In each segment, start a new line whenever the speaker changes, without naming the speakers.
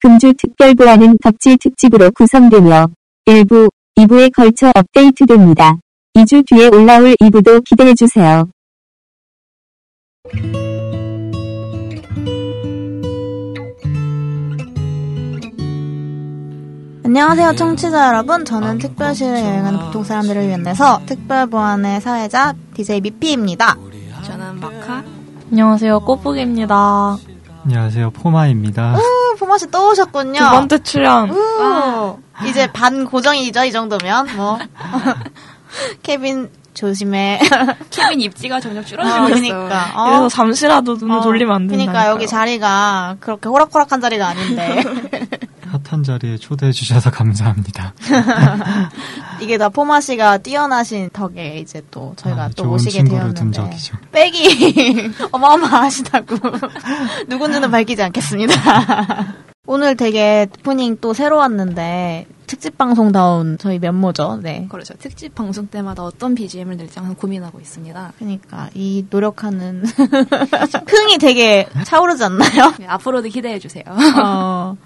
금주 특별보안은 덕질 특집으로 구성되며 1부, 2부에 걸쳐 업데이트됩니다. 2주 뒤에 올라올 2부도 기대해주세요.
네.
안녕하세요, 청취자 여러분.
아,
저는 특별시를 여행하는 보통 사람들을 위한 데서 특별 보안의 사회자 DJ 미피입니다.
저는 마카.
안녕하세요, 꼬북입니다.
안녕하세요, 포마입니다.
오, 포마씨 아, 또 오셨군요.
아.
두 번째 출연.
음.
오, 이제 반 고정이죠, 이 정도면. 뭐. 케빈, 조심해.
케빈 입지가 점점 줄어들고
아,
있어.
그러니까. 어.
이래서 잠시라도 눈을
어,
돌리면 안 된다.
그러니까 여기 자리가 그렇게 호락호락한 자리가 아닌데.
핫한 자리에 초대해 주셔서 감사합니다.
이게 다 포마씨가 뛰어나신 덕에 이제 또 저희가
아,
또
좋은
오시게
친구를
되었는데.
둔 적이죠.
빼기 어마어마하시다고 누군지는 밝히지 않겠습니다. 오늘 되게 오프닝 또 새로 왔는데 특집 방송다운 저희 면모죠. 네.
그렇죠. 특집 방송 때마다 어떤 BGM을 낼지 항상 고민하고 있습니다.
그러니까 이 노력하는 흥이 되게 차오르지 않나요?
네, 앞으로도 기대해 주세요.
어,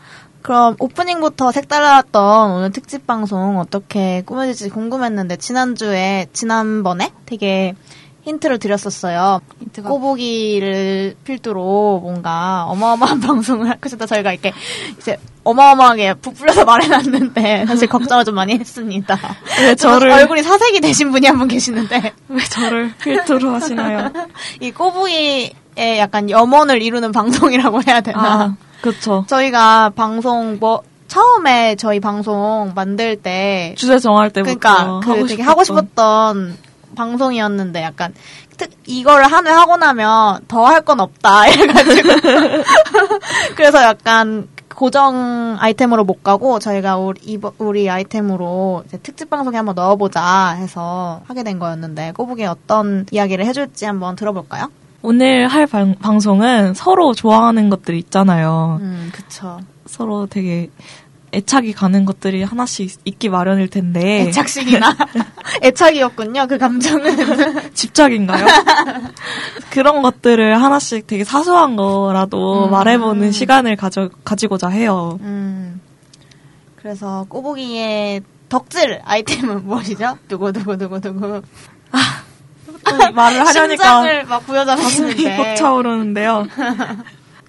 그럼 오프닝부터 색달랐던 오늘 특집 방송 어떻게 꾸며질지 궁금했는데 지난주에 지난번에 되게 힌트를 드렸었어요.
힌트가
꼬보기를 필두로 뭔가 어마어마한 방송을 할 것이다. 저희가 이렇게 이제 어마어마하게 부풀려서 말해놨는데 사실 걱정을 좀 많이 했습니다.
왜 저를-
얼굴이 사색이 되신 분이 한 분 계시는데
왜 저를 필두로 하시나요?
이 꼬보기의 약간 염원을 이루는 방송이라고 해야 되나?
아, 그쵸.
저희가 방송 뭐 처음에 저희 방송 만들 때
주제 정할 때부터.
그러니까 그 되게 하고
싶었던
싶었던 방송이었는데 약간 특 이거를 한 회 하고 나면 더 할 건 없다 이래가지고 그래서 약간 고정 아이템으로 못 가고 저희가 우리 이번- 우리 아이템으로 이제 특집 방송에 한번 넣어보자 해서 하게 된 거였는데 꼬북이 어떤 이야기를 해줄지 한번 들어볼까요?
오늘 할 방, 방송은 서로 좋아하는 것들 있잖아요.
음 그쵸
서로 되게 애착이 가는 것들이 하나씩 있- 있기 마련일 텐데.
애착식이나 애착이었군요 그 감정은
집착인가요? 그런 것들을 하나씩 되게 사소한 거라도
음.
말해보는 시간을 가져, 가지고자 해요.
음. 그래서 꼬부기의 덕질 아이템은 무엇이죠? 누구 누구 누구 누구.
또 말을 하려니까
심장을 네. 막
가슴이
부여잡히는데.
벅차오르는데요.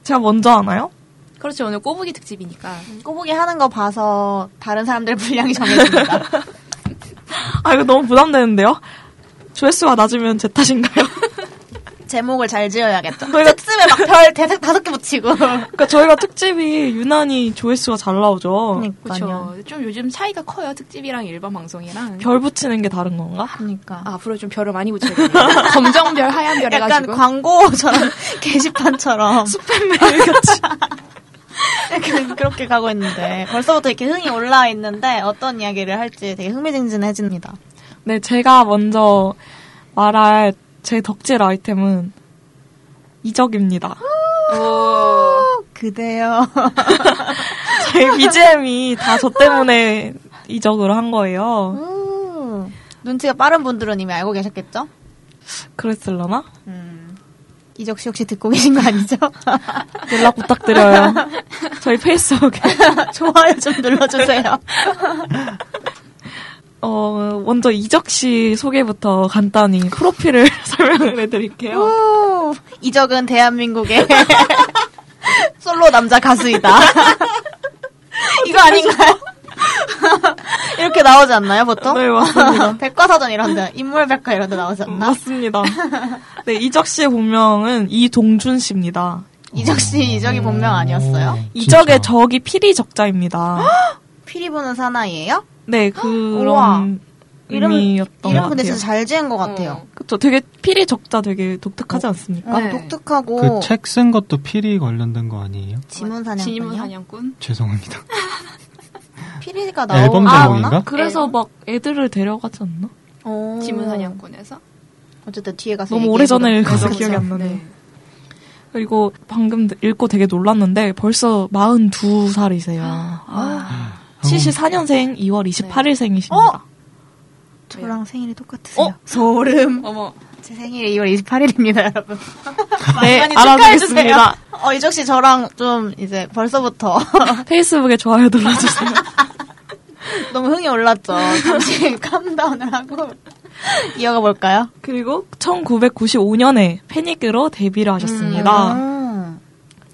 제가 먼저 하나요?
그렇죠. 오늘 꼬부기 특집이니까.
꼬부기 하는 거 봐서 다른 사람들 분량이 정해집니다.
아 이거 너무 부담되는데요. 조회수가 낮으면 제 탓인가요?
제목을 잘 지어야겠죠.
저희가-
특집에 막 별 대색 다섯 개 붙이고.
그러니까 저희가 특집이 유난히 조회수가 잘 나오죠.
그러니까요.
그렇죠. 좀 요즘 차이가 커요. 특집이랑 일반 방송이랑.
별 붙이는 게 다른 건가?
그러니까.
아, 앞으로 좀 별을 많이 붙여야겠네요. 검정별, 하얀별
약간
해가지고.
광고처럼 게시판처럼
스팸메일같이
약간 그렇게 가고 있는데 벌써부터 이렇게 흥이 올라와 있는데 어떤 이야기를 할지 되게 흥미진진해집니다.
네, 제가 먼저 말할 제 덕질 아이템은 이적입니다. 어,
오.
그대요.
제 BGM이 다 저 때문에 이적을 한 거예요.
음. 눈치가 빠른 분들은 이미 알고 계셨겠죠?
아! 그랬을라나? 음.
이적 씨 혹시 듣고 계신 거 아니죠?
연락 부탁드려요. 저희 페이스북에
좋아요 좀 눌러주세요.
어, 먼저 이적 씨 소개부터 간단히 프로필을 설명을 해드릴게요.
우, 이적은 대한민국의 솔로 남자 가수이다. 이거 아닌가요? 이렇게 나오지 않나요, 보통?
네, 맞습니다. 음.
백과사전 이런 데, 인물백과 이런 데 나오지 않나?
맞습니다. 네, 이적 씨의 본명은 이동준 씨입니다.
이적 씨, 이적이 본명 아니었어요?
어. 오,
이적의
진짜.
적이 피리 적자입니다.
피리 부는 사나이예요?
네, 그런
우와. 이름,
의미였던
이름
것
근데
어, 같아요.
진짜 잘 지은
어.
것 같아요.
그쵸, 되게 피리 적자 되게 독특하지 않습니까?
어,
네.
독특하고,
그 책 쓴 것도 필이 관련된 거 아니에요?
지문사냥꾼이요?
사냥꾼.
죄송합니다.
피리가 나오
앨범
아,
제목인가?
그래서 막 애들을 데려가지 않나?
오.
지문사냥꾼에서.
어. 어쨌든 뒤에 가서
너무
얘기해보도록
오래전에 읽어서
하겠습니다.
기억이 안 나네. 그리고 방금 읽고 되게 놀랐는데 벌써 42살이세요.
아,
어,
74년생 2월 28일생이십니다.
어? 저랑 생일이 똑같으세요. 소름.
어? 어머.
제 생일이 2월 28일입니다, 여러분.
네,
많이
알아보겠습니다.
축하해주세요. 어, 이적 씨 저랑 좀 이제 벌써부터
페이스북에 좋아요 눌러주세요.
너무 흥이 올랐죠. 잠시 캄다운을 하고 이어가 볼까요?
그리고 1995년에 패닉으로 데뷔를 하셨습니다.
음.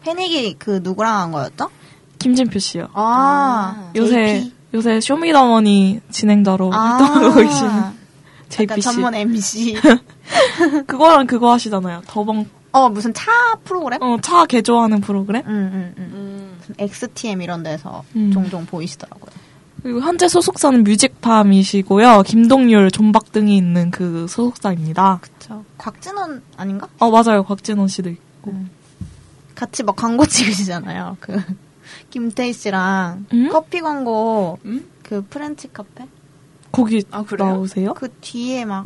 패닉이 그 누구랑 한 거였죠?
김진표 씨요.
아,
요새
JP.
요새 쇼미더머니 진행자로
아.
활동하고 계시는
약간
JP 씨.
전문 MC.
그거랑 그거 하시잖아요. 더벙
어, 무슨 차 프로그램? 음,
어, 차 개조하는 프로그램.
응, 응, 응.
음.
XTM 이런 데서
음.
종종 보이시더라고요.
그리고 현재 소속사는 뮤직팜이시고요. 김동률, 존박 등이 있는 그 소속사입니다.
저 곽진원 아닌가?
어 맞아요. 곽진원 씨도 있고.
같이 막 광고 찍으시잖아요. 그 김태희 씨랑
음?
커피 광고
음?
그 프렌치 카페
거기
아, 그래요?
나오세요?
그 뒤에 막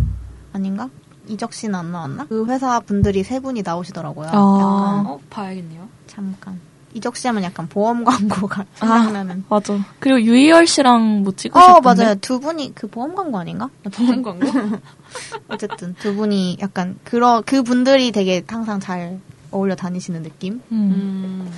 아닌가? 이적 씨는 안 나왔나? 그 회사 분들이 세 분이 나오시더라고요.
아.
약간
어, 봐야겠네요.
잠깐 이적 씨 하면 약간 보험 광고가 생각나는.
맞아. 그리고 유희열 씨랑 뭐 찍으셨던데?
어 맞아요 두 분이 그 보험 광고 아닌가?
보험 광고?
어쨌든 두 분이 약간 그러 그 분들이 되게 항상 잘 어울려 다니시는 느낌이죠.
음.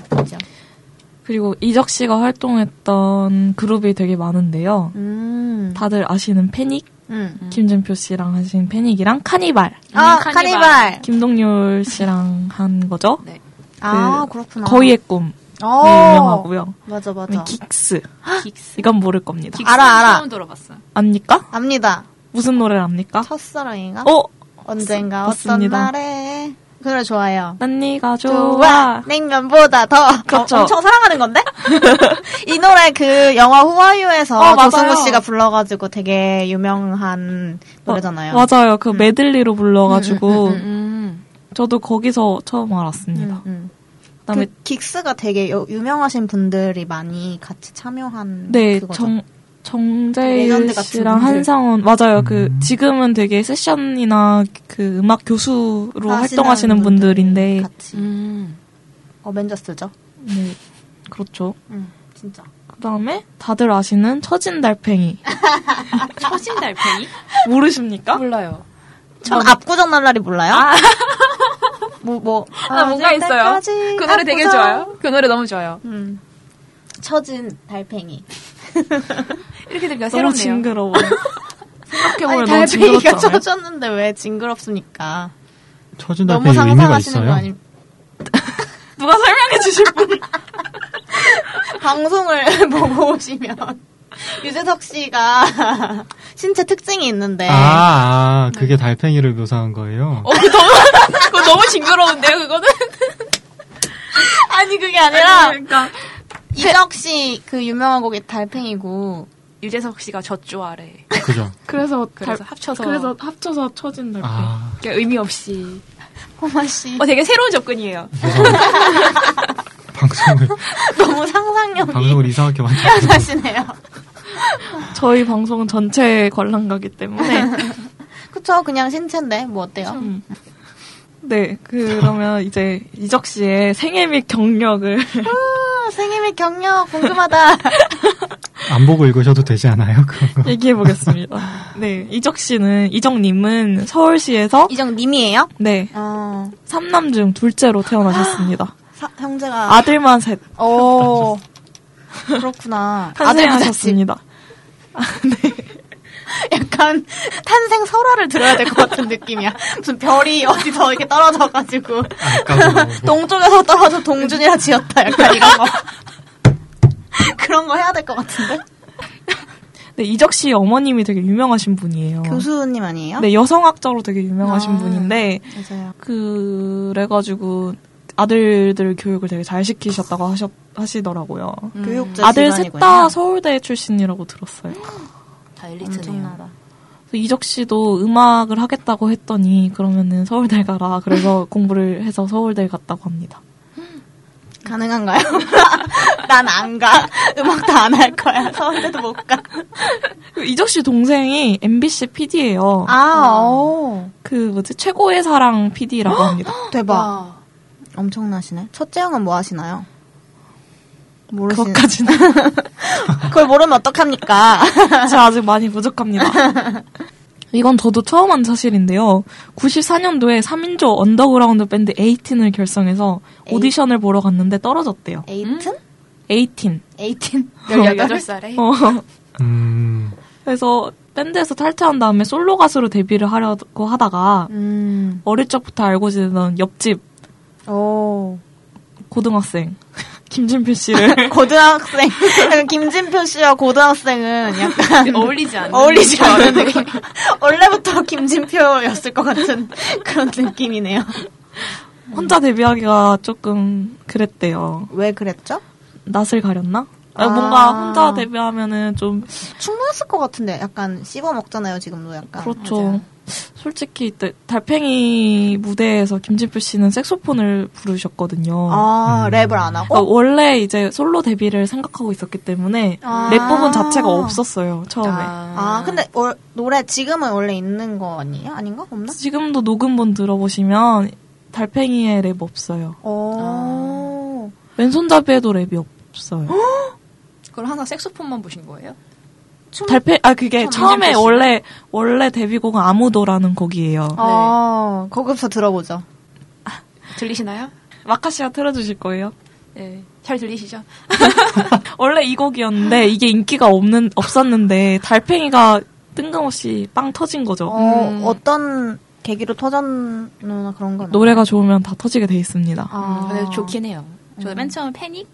그리고 이적 씨가 활동했던 그룹이 되게 많은데요.
음.
다들 아시는 패닉,
음.
음.
김진표 씨랑 하신 패닉이랑 카니발,
아
음,
카니발.
카니발.
김동률 씨랑 한 거죠.
네.
아 그렇구나.
거의의 꿈이
음.
네,
어.
유명하고요.
맞아 맞아.
그다음에 긱스
긱스.
이건 모를 겁니다.
긱스
알아, 알아.
처음 들어봤어요.
압니까?
압니다.
무슨 노래를 압니까?
첫사랑인가?
아. 어,
언젠가
봤- 봤습니다.
어떤 날에 그 노래 좋아요.
난 네가
좋아
좋아.
냉면보다 더
그렇죠.
어, 엄청 사랑하는 건데 이 노래 그 영화 후아유에서
어, 맞아요.
조승우 씨가 불러가지고 되게 유명한 노래잖아요. 음.
어, 맞아요. 그 메들리로 불러가지고
음.
저도 거기서 처음 알았습니다.
음, 음.
그다음에
그 긱스가 되게 여- 유명하신 분들 이 많이 같이 참여한
네,
그거죠.
정
레전드
정재일
같은
씨랑
분들.
한상원 맞아요. 그
음.
지금은 되게 세션이나 그 음악 교수로
하시는
활동하시는
분들이
분들인데
같이
음.
어벤져스죠.
네. 그렇죠.
음, 진짜.
그다음에 다들 아시는 처진 달팽이
처진 달팽이?
모르십니까?
아, 몰라요.
전
뭐-
압구정 날라리 몰라요? 뭐, 뭐.
아, 뭔가 있어요.
아직까지
그 노래 되게
압구정.
좋아요. 그 노래 너무 좋아요.
음. 처진 달팽이.
이렇게 들으니까
너무
새롭네요.
징그러워.
아니,
생각해보면 너무
달팽이가
징그럽지 않아요?
쳐졌는데 왜 징그럽습니까?
처진
너무
달팽이 의미가
상상하시는 거
있어요?
아니
누가 설명해 주실 분?
방송을 보고 오시면 유재석 씨가 신체 특징이 있는데
아, 아,
네.
그게 달팽이를 묘사한 거예요?
어, 그거 너무, 그거 너무 징그러운데요, 그거는?
아니 그게 아니라
그러니까.
이적 씨 그 유명한 곡이 달팽이고
유재석 씨가 젖조아래.
그죠?
그래서
그래서 합쳐서.
그래서 합쳐서 처진 달팽이.
아,
그러니까 의미 없이.
호마 씨
어, 되게 새로운 접근이에요.
방송을,
너무 상상력이
방송을 이상하게 만들고
뛰어나시네요.
저희 방송은 전체 관람가기 때문에.
그쵸 그냥 신체인데 뭐 어때요?
음. 네, 그러면 이제 이적 씨의 생애 및 경력을
아, 생님의 경력 궁금하다.
안 보고 읽으셔도 되지 않아요? 그런 거.
얘기해 보겠습니다. 네, 이적 씨는 이적님은 서울시에서
이정 님이에요?
네
어
삼남 중 둘째로 태어나셨습니다.
사- 형제가
아들만 셋
오 어. 그렇구나. 아들
탄생하셨습니다.
약간 탄생 설화를 들어야 될 것 같은 느낌이야. 무슨 별이 어디서 이렇게 떨어져가지고
아까도 뭐,
동쪽에서 떨어져 동준이라 지었다. 약간 이런 거. 그런 거 해야 될 것 같은데?
네, 이적 씨 어머님이 되게 유명하신 분이에요.
교수님 아니에요?
네, 여성학자로 되게 유명하신
아.
분인데
맞아요.
그래가지고 아들들 교육을 되게 잘 시키셨다고 하셨, 하시더라고요.
교육자
아들 셋 다
집안이군요.
서울대 출신이라고 들었어요.
다
엄청나다.
그래서 이적 씨도 음악을 하겠다고 했더니 그러면은 서울대 가라. 그래서 공부를 해서 서울대 갔다고 합니다.
가능한가요? 난 안 가. 음악도 안 할 거야. 서울대도 못 가.
그 이적 씨 동생이 MBC PD예요.
아, 오.
그 뭐지 최고의 사랑 PD라고 합니다.
대박.
와.
엄청나시네. 첫째 형은 뭐 하시나요? 모르시는.
그것까지는
그걸 모르면 어떡합니까?
제가 아직 많이 부족합니다. 이건 저도 처음 한 사실인데요. 94년도에 3인조 언더그라운드 밴드 에이틴을 결성해서 오디션을 보러 갔는데 떨어졌대요.
에이튼?
에이틴.
에이틴?
18살에.
어.
음,
그래서 밴드에서 탈퇴한 다음에 솔로 가수로 데뷔를 하려고 하다가
음.
어릴 적부터 알고 지내던 옆집
오.
고등학생 김진표 씨를
고등학생. 약간 김진표 씨와 고등학생은 약간
어울리지 않는.
어울리지 않은 느낌. 원래부터 김진표였을 것 같은 그런 느낌이네요.
혼자 데뷔하기가 조금 그랬대요.
왜 그랬죠?
낯을 가렸나? 아,
아.
뭔가 혼자 데뷔하면은 좀
충분했을 것 같은데 약간 씹어 먹잖아요 지금도 약간.
그렇죠.
맞아요.
솔직히 때- 달팽이 무대에서 김진표 씨는 색소폰을 부르셨거든요.
아
음.
랩을 안 하고.
그러니까 원래 이제 솔로 데뷔를 생각하고 있었기 때문에
아.
랩 부분 자체가 없었어요 처음에.
아 근데 월- 노래 지금은 원래 있는 거 아니에요? 아닌가 없나?
지금도 녹음본 들어보시면 달팽이의 랩 없어요.
어.
아. 왼손잡이에도 랩이 없어요.
그걸 항상 색소폰만 보신 거예요?
춤.
달팽 아 그게
참
처음에
민망했어요.
원래 원래 데뷔곡은 아무도라는 곡이에요.
어
네.
거기서 들어보죠.
들리시나요?
마카시아 틀어주실 거예요?
네. 잘 들리시죠?
원래 이 곡이었는데 이게 인기가 없는 없었는데 달팽이가 뜬금없이 빵 터진 거죠.
어
음.
어떤 계기로 터졌나 그런 건
노래가 좋으면 다 터지게 돼 있습니다.
아.
음, 근데 좋긴 해요. 저도
음.
맨 처음 패닉?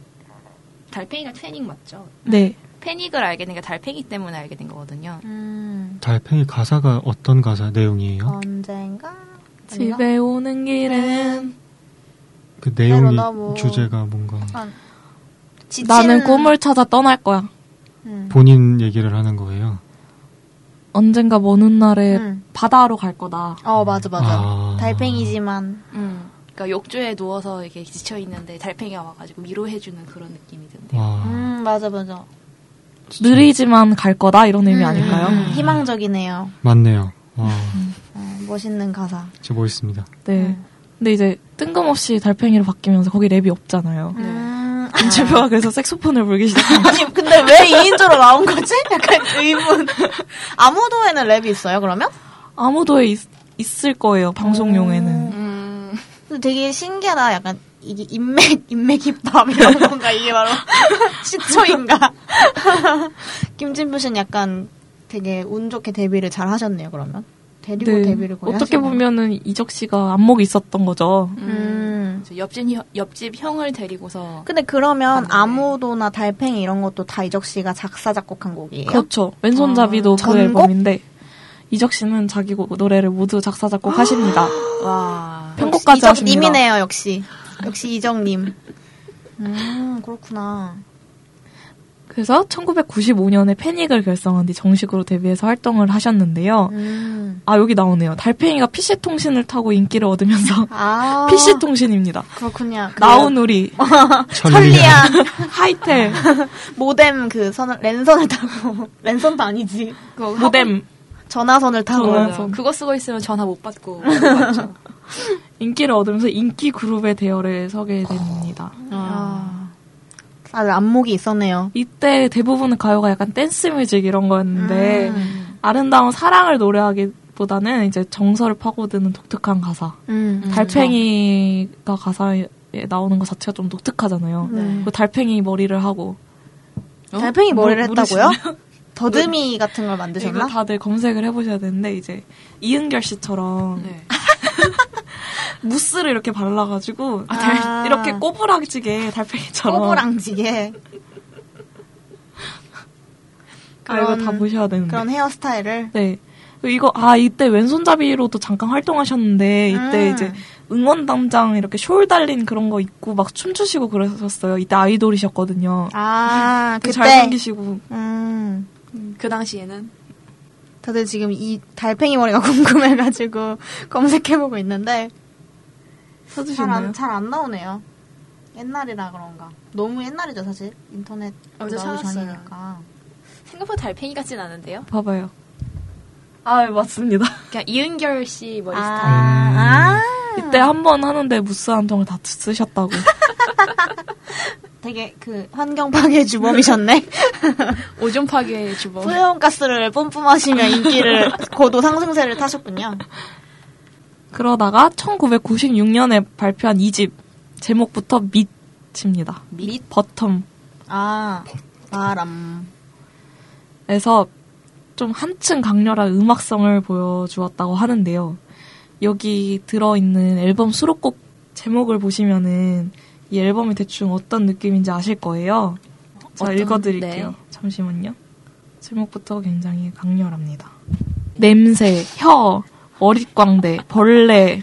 달팽이가 패닉 맞죠?
네.
패닉을 알게 된 게 달팽이 때문에 알게 된 거거든요.
음,
달팽이 가사가 어떤 가사 내용이에요?
언젠가 아닌가?
집에 오는 길엔
음,
그 내용이
너무-
주제가 뭔가
지친-
나는 꿈을 찾아 떠날 거야.
음.
본인 얘기를 하는 거예요.
언젠가 먼 훗날에
음.
바다로 갈 거다.
어 맞아 맞아
아.
달팽이지만
음. 그러니까 욕조에 누워서 이렇게 지쳐 있는데 달팽이가 와가지고 위로해주는 그런 느낌이던데.
와,
음 맞아 맞아
진짜
느리지만 갈 거다 이런 의미
음,
아닐까요?
음, 음. 희망적이네요
맞네요. 와,
어, 멋있는 가사
진짜 멋있습니다.
네.
음.
근데 이제 뜬금없이 달팽이로 바뀌면서 거기 랩이 없잖아요.
음.
김철표가 그래서 색소폰을 불기 시작한 거예요.
아니 근데 왜 2인조로 나온 거지? 약간 의문 아무도에는 랩이 있어요 그러면?
아무도에 있, 있을 거예요 방송용에는.
음.
근데 되게 신기하다 약간 이게 인맥 인맥 힙합 이런 건가 이게 바로 시초인가 김진표 씨는 약간 되게 운 좋게 데뷔를 잘 하셨네요 그러면 데리고 데뷔를 거의
어떻게
하시네요.
보면은 이적 씨가 안목이 있었던 거죠.
음.
그래서 옆집, 형- 옆집 형을 데리고서
근데 그러면
맞네.
아무도나 달팽이 이런 것도 다 이적 씨가 작사 작곡한 곡이에요.
그렇죠. 왼손잡이도 그
아, 전곡? 아,
앨범인데 이적 씨는 자기 곡- 노래를 모두 작사 작곡 하십니다.
와
편곡까지 하십니다.
이적님이네요 역시 역시 이적님. 음 그렇구나.
그래서 1995년에 패닉을 결성한 뒤 정식으로 데뷔해서 활동을 하셨는데요.
음.
아 여기 나오네요. 달팽이가 PC 통신을 타고 인기를 얻으면서
아
PC 통신입니다.
그렇군요. 그
나온 우리
천리안
하이텔
모뎀 그 선을 랜선을 타고 랜선도 아니지
모뎀
전화선을 타고
전화선.
그거 쓰고 있으면 전화 못 받고 맞죠.
인기를 얻으면서 인기 그룹의 대열에 서게
어.
됩니다.
아, 아 안목이 있었네요.
이때 대부분 가요가 약간 댄스 뮤직 이런 거였는데
음.
아름다운 사랑을 노래하기보다는 이제 정서를 파고드는 독특한 가사.
음.
달팽이가 가사에 나오는 것 자체가 좀 독특하잖아요.
음.
그리고 달팽이 머리를 하고
달팽이 머리를
어? 뭐 모-
했다고요? 더듬이 같은 걸 만드셨나?
이거 다들 검색을 해보셔야 되는데 이제 이은결 씨처럼
네.
무스를 이렇게 발라가지고
아.
달- 이렇게 꼬부라지게 달팽이처럼
꼬부랑지게
아, 이거 다
그런-
보셔야 되는데
그런 헤어스타일을
네. 그리고 이거 아 이때 왼손잡이로도 잠깐 활동하셨는데 이때
음.
이제 응원단장 이렇게 숄 달린 그런 거 입고 막 춤추시고 그러셨어요. 이때 아이돌이셨거든요.
아
되게
그때
음. 잘생기시고
음
그 당시에는
다들 지금 이 달팽이 머리가 궁금해가지고 검색해보고 있는데 잘
찾으셨나요?
안 잘 안 나오네요 옛날이라 그런가 너무 옛날이죠 사실 인터넷
어제
나오기
찾았어요.
전이니까
생각보다 달팽이 같진 않은데요.
봐봐요. 아 맞습니다.
그냥 이은결 씨 머리 스타일.
아, 아
이때 한 번 하는데 무스 한 통을 다 쓰셨다고.
되게 그 환경 파괴 주범이셨네.
오존 파괴의 주범.
뭐? 플레온가스를 뿜뿜하시며 인기를 고도 상승세를 타셨군요.
그러다가 1996년에 발표한 2집 제목부터 밑입니다.
밑?
버텀에서
아 바람.
좀 한층 강렬한 음악성을 보여주었다고 하는데요. 여기 들어있는 앨범 수록곡 제목을 보시면은 이 앨범이 대충 어떤 느낌인지 아실 거예요. 자,
어떤-
읽어드릴게요.
네.
잠시만요. 제목부터 굉장히 강렬합니다. 냄새, 혀, 어릿광대, 벌레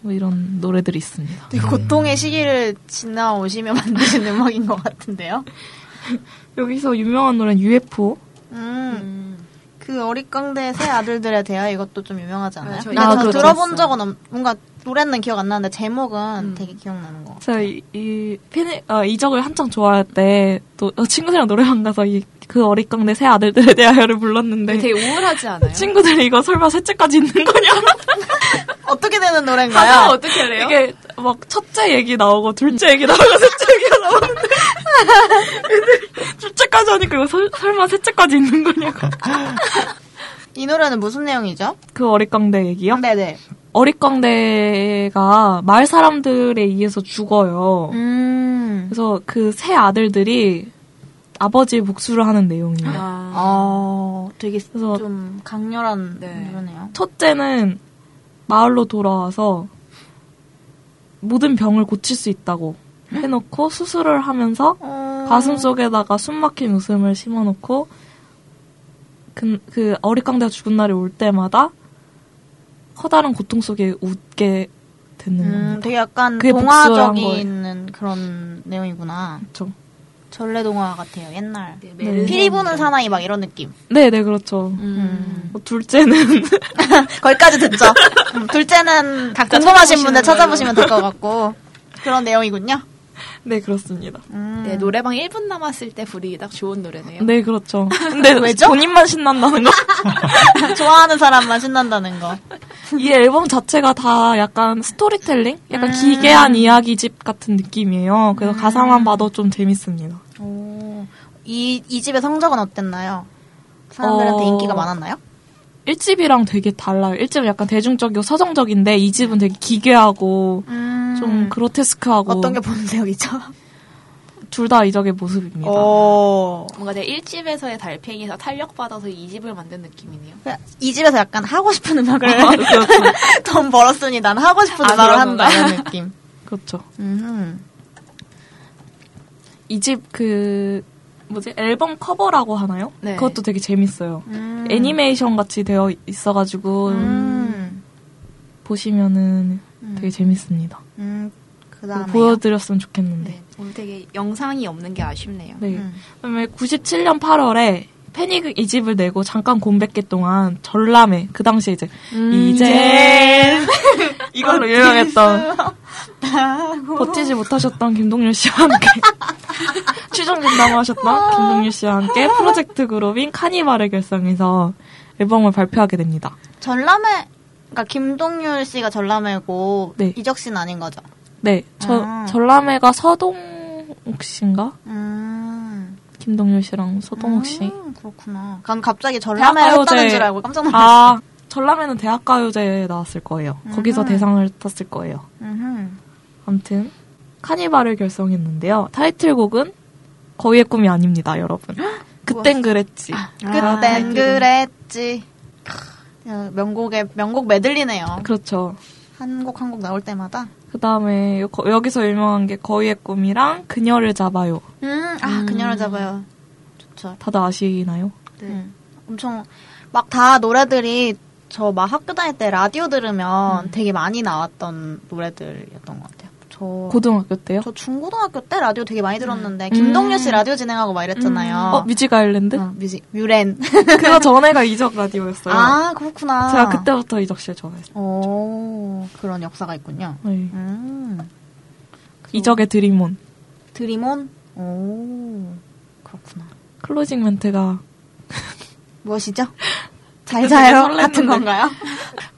뭐 이런 노래들이 있습니다.
되게 고통의 시기를 지나오시며 만드신 음악인 것 같은데요.
여기서 유명한 노래는 UFO.
음.
음.
그 어릿광대 새 아들들에 대해 이것도 좀 유명하지 않아요?
아, 저희
근데
아,
저는
그거
들어본
들었어요.
적은 없, 뭔가 노래는 기억 안 나는데 제목은
음.
되게 기억나는 것 같아요.
제가 이, 이 팬의, 어, 이적을 한창 좋아할 때 또 어, 친구들이랑 노래방 가서 이, 그 어릿광대 새 아들들에 대하여를 불렀는데
되게 우울하지 않아요?
친구들이 이거 설마 셋째까지 있는 거냐?
어떻게 되는
가면
노래인가요?
아, 어떻게 해요?
이게 막 첫째 얘기 나오고 둘째 얘기 나오고 셋째 얘기가 나오는데 근데 둘째까지 하니까 이거 설, 설마 셋째까지 있는 거냐고
이 노래는 무슨 내용이죠?
그 어릿광대 얘기요?
네네.
어릿광대가 마을 사람들에 의해서 죽어요
음.
그래서 그 세 아들들이 아버지의 복수를 하는 내용이에요
아,
어, 되게
그래서-
좀 강렬한
네.
노래네요.
첫째는 마을로 돌아와서 모든 병을 고칠 수 있다고 해놓고 수술을 하면서
어...
가슴 속에다가 숨막힌 웃음을 심어놓고 그, 그 어릿광대가 죽은 날이 올 때마다 커다란 고통 속에 웃게 되는
음, 되게 약간
그게
동화적인 그런 내용이구나.
거죠.
전래 동화 같아요. 옛날.
네,
네.
음. 피리 부는 사나이 막 이런 느낌.
네, 네 그렇죠.
음.
어, 둘째는
거기까지 듣죠. 음, 둘째는
각자
궁금하신
찾아보시는
분들
걸로.
찾아보시면 될 것 같고 그런 내용이군요.
네 그렇습니다.
음.
네, 노래방 1분 남았을 때 부르기 딱 좋은 노래네요.
네 그렇죠. 근데
왜죠?
본인만 신난다는 거.
네.
좋아하는 사람만 신난다는 거.
이 앨범 자체가 다 약간 스토리텔링, 약간
음.
기괴한 이야기집 같은 느낌이에요. 그래서 가사만 봐도 좀 재밌습니다.
오. 이, 이 집의 성적은 어땠나요? 사람들한테
어.
인기가 많았나요?
1집이랑 되게 달라요. 1집은 약간 대중적이고 서정적인데 이 집은 되게 기괴하고
음.
좀 그로테스크하고
음. 어떤 게 본세역이죠?
둘 다 이적의 모습입니다.
어. 오.
뭔가 내 1집에서의 달팽이에서 탄력받아서 2집을 만든 느낌이네요.
이 집에서 약간 하고 싶은 음악을 돈 벌었으니 난 하고 싶은
어, 아,
음악을
그런
한다
건가요?
이런 느낌.
그렇죠.
음.
이 집 그 뭐지 앨범 커버라고 하나요?
네.
그것도 되게 재밌어요.
음.
애니메이션 같이 되어 있어가지고
음.
보시면은 되게 재밌습니다.
음.
뭐
그다음에
보여드렸으면 좋겠는데.
네. 오늘 되게 영상이 없는 게 아쉽네요.
네.
음.
그다음에 97년 8월에 패닉 이 집을 내고 잠깐 공백기 동안 전람회 그 당시에 이제
음.
이제 이걸로 유명했던 버티지 못하셨던 김동률 씨와 함께 추정된다고 하셨던 김동률 씨와 함께 프로젝트 그룹인 카니발을 결성해서 앨범을 발표하게 됩니다.
전람회 그러니까 김동률 씨가 전람회고
네.
이적 씨는 아닌 거죠.
네, 저
아.
전람회가 서동욱 씨인가?
음.
김동률 씨랑 서동욱 씨.
음, 그렇구나. 난 갑자기 전람회를
대학가요제- 네.
했다는 줄 알고 깜짝 놀랐어.
아, 전람회는 대학가요제에 나왔을 거예요. 거기서
음.
대상을 탔을 거예요.
음.
아무튼 카니발을 결성했는데요. 타이틀곡은 거위의 꿈이 아닙니다, 여러분. 그땐 네, 그랬지.
아,
아,
그땐 그랬지. 크, 야, 명곡의 명곡 메들리네요.
그렇죠.
한 곡 한 곡 나올 때마다.
그 다음에 여기서 유명한 게 거위의 꿈이랑 그녀를 잡아요.
음, 아 그녀를 잡아요. 좋죠.
다들 아시나요?
네.
음. 엄청 막 다 노래들이 저 막 학교 다닐 때 라디오 들으면 되게 많이 나왔던 노래들이었던 것 같아요. 저
음. 고등학교 때요?
저 중고등학교 때 라디오 되게 많이 들었는데 김동률 씨 라디오 진행하고 막 이랬잖아요.
어, 뮤직 아일랜드?
어, 뮤직 뮤렌.
그거 전에가 이적 라디오였어요.
아 그렇구나.
제가 그때부터 이적 씨를 좋아했어요.
오 그런 역사가 있군요.
네.
어. 음
이적의 드림온.
드림온. 오 그렇구나.
클로징 멘트가
무엇이죠? 잘 자요
되게
같은
설렜는데.
건가요?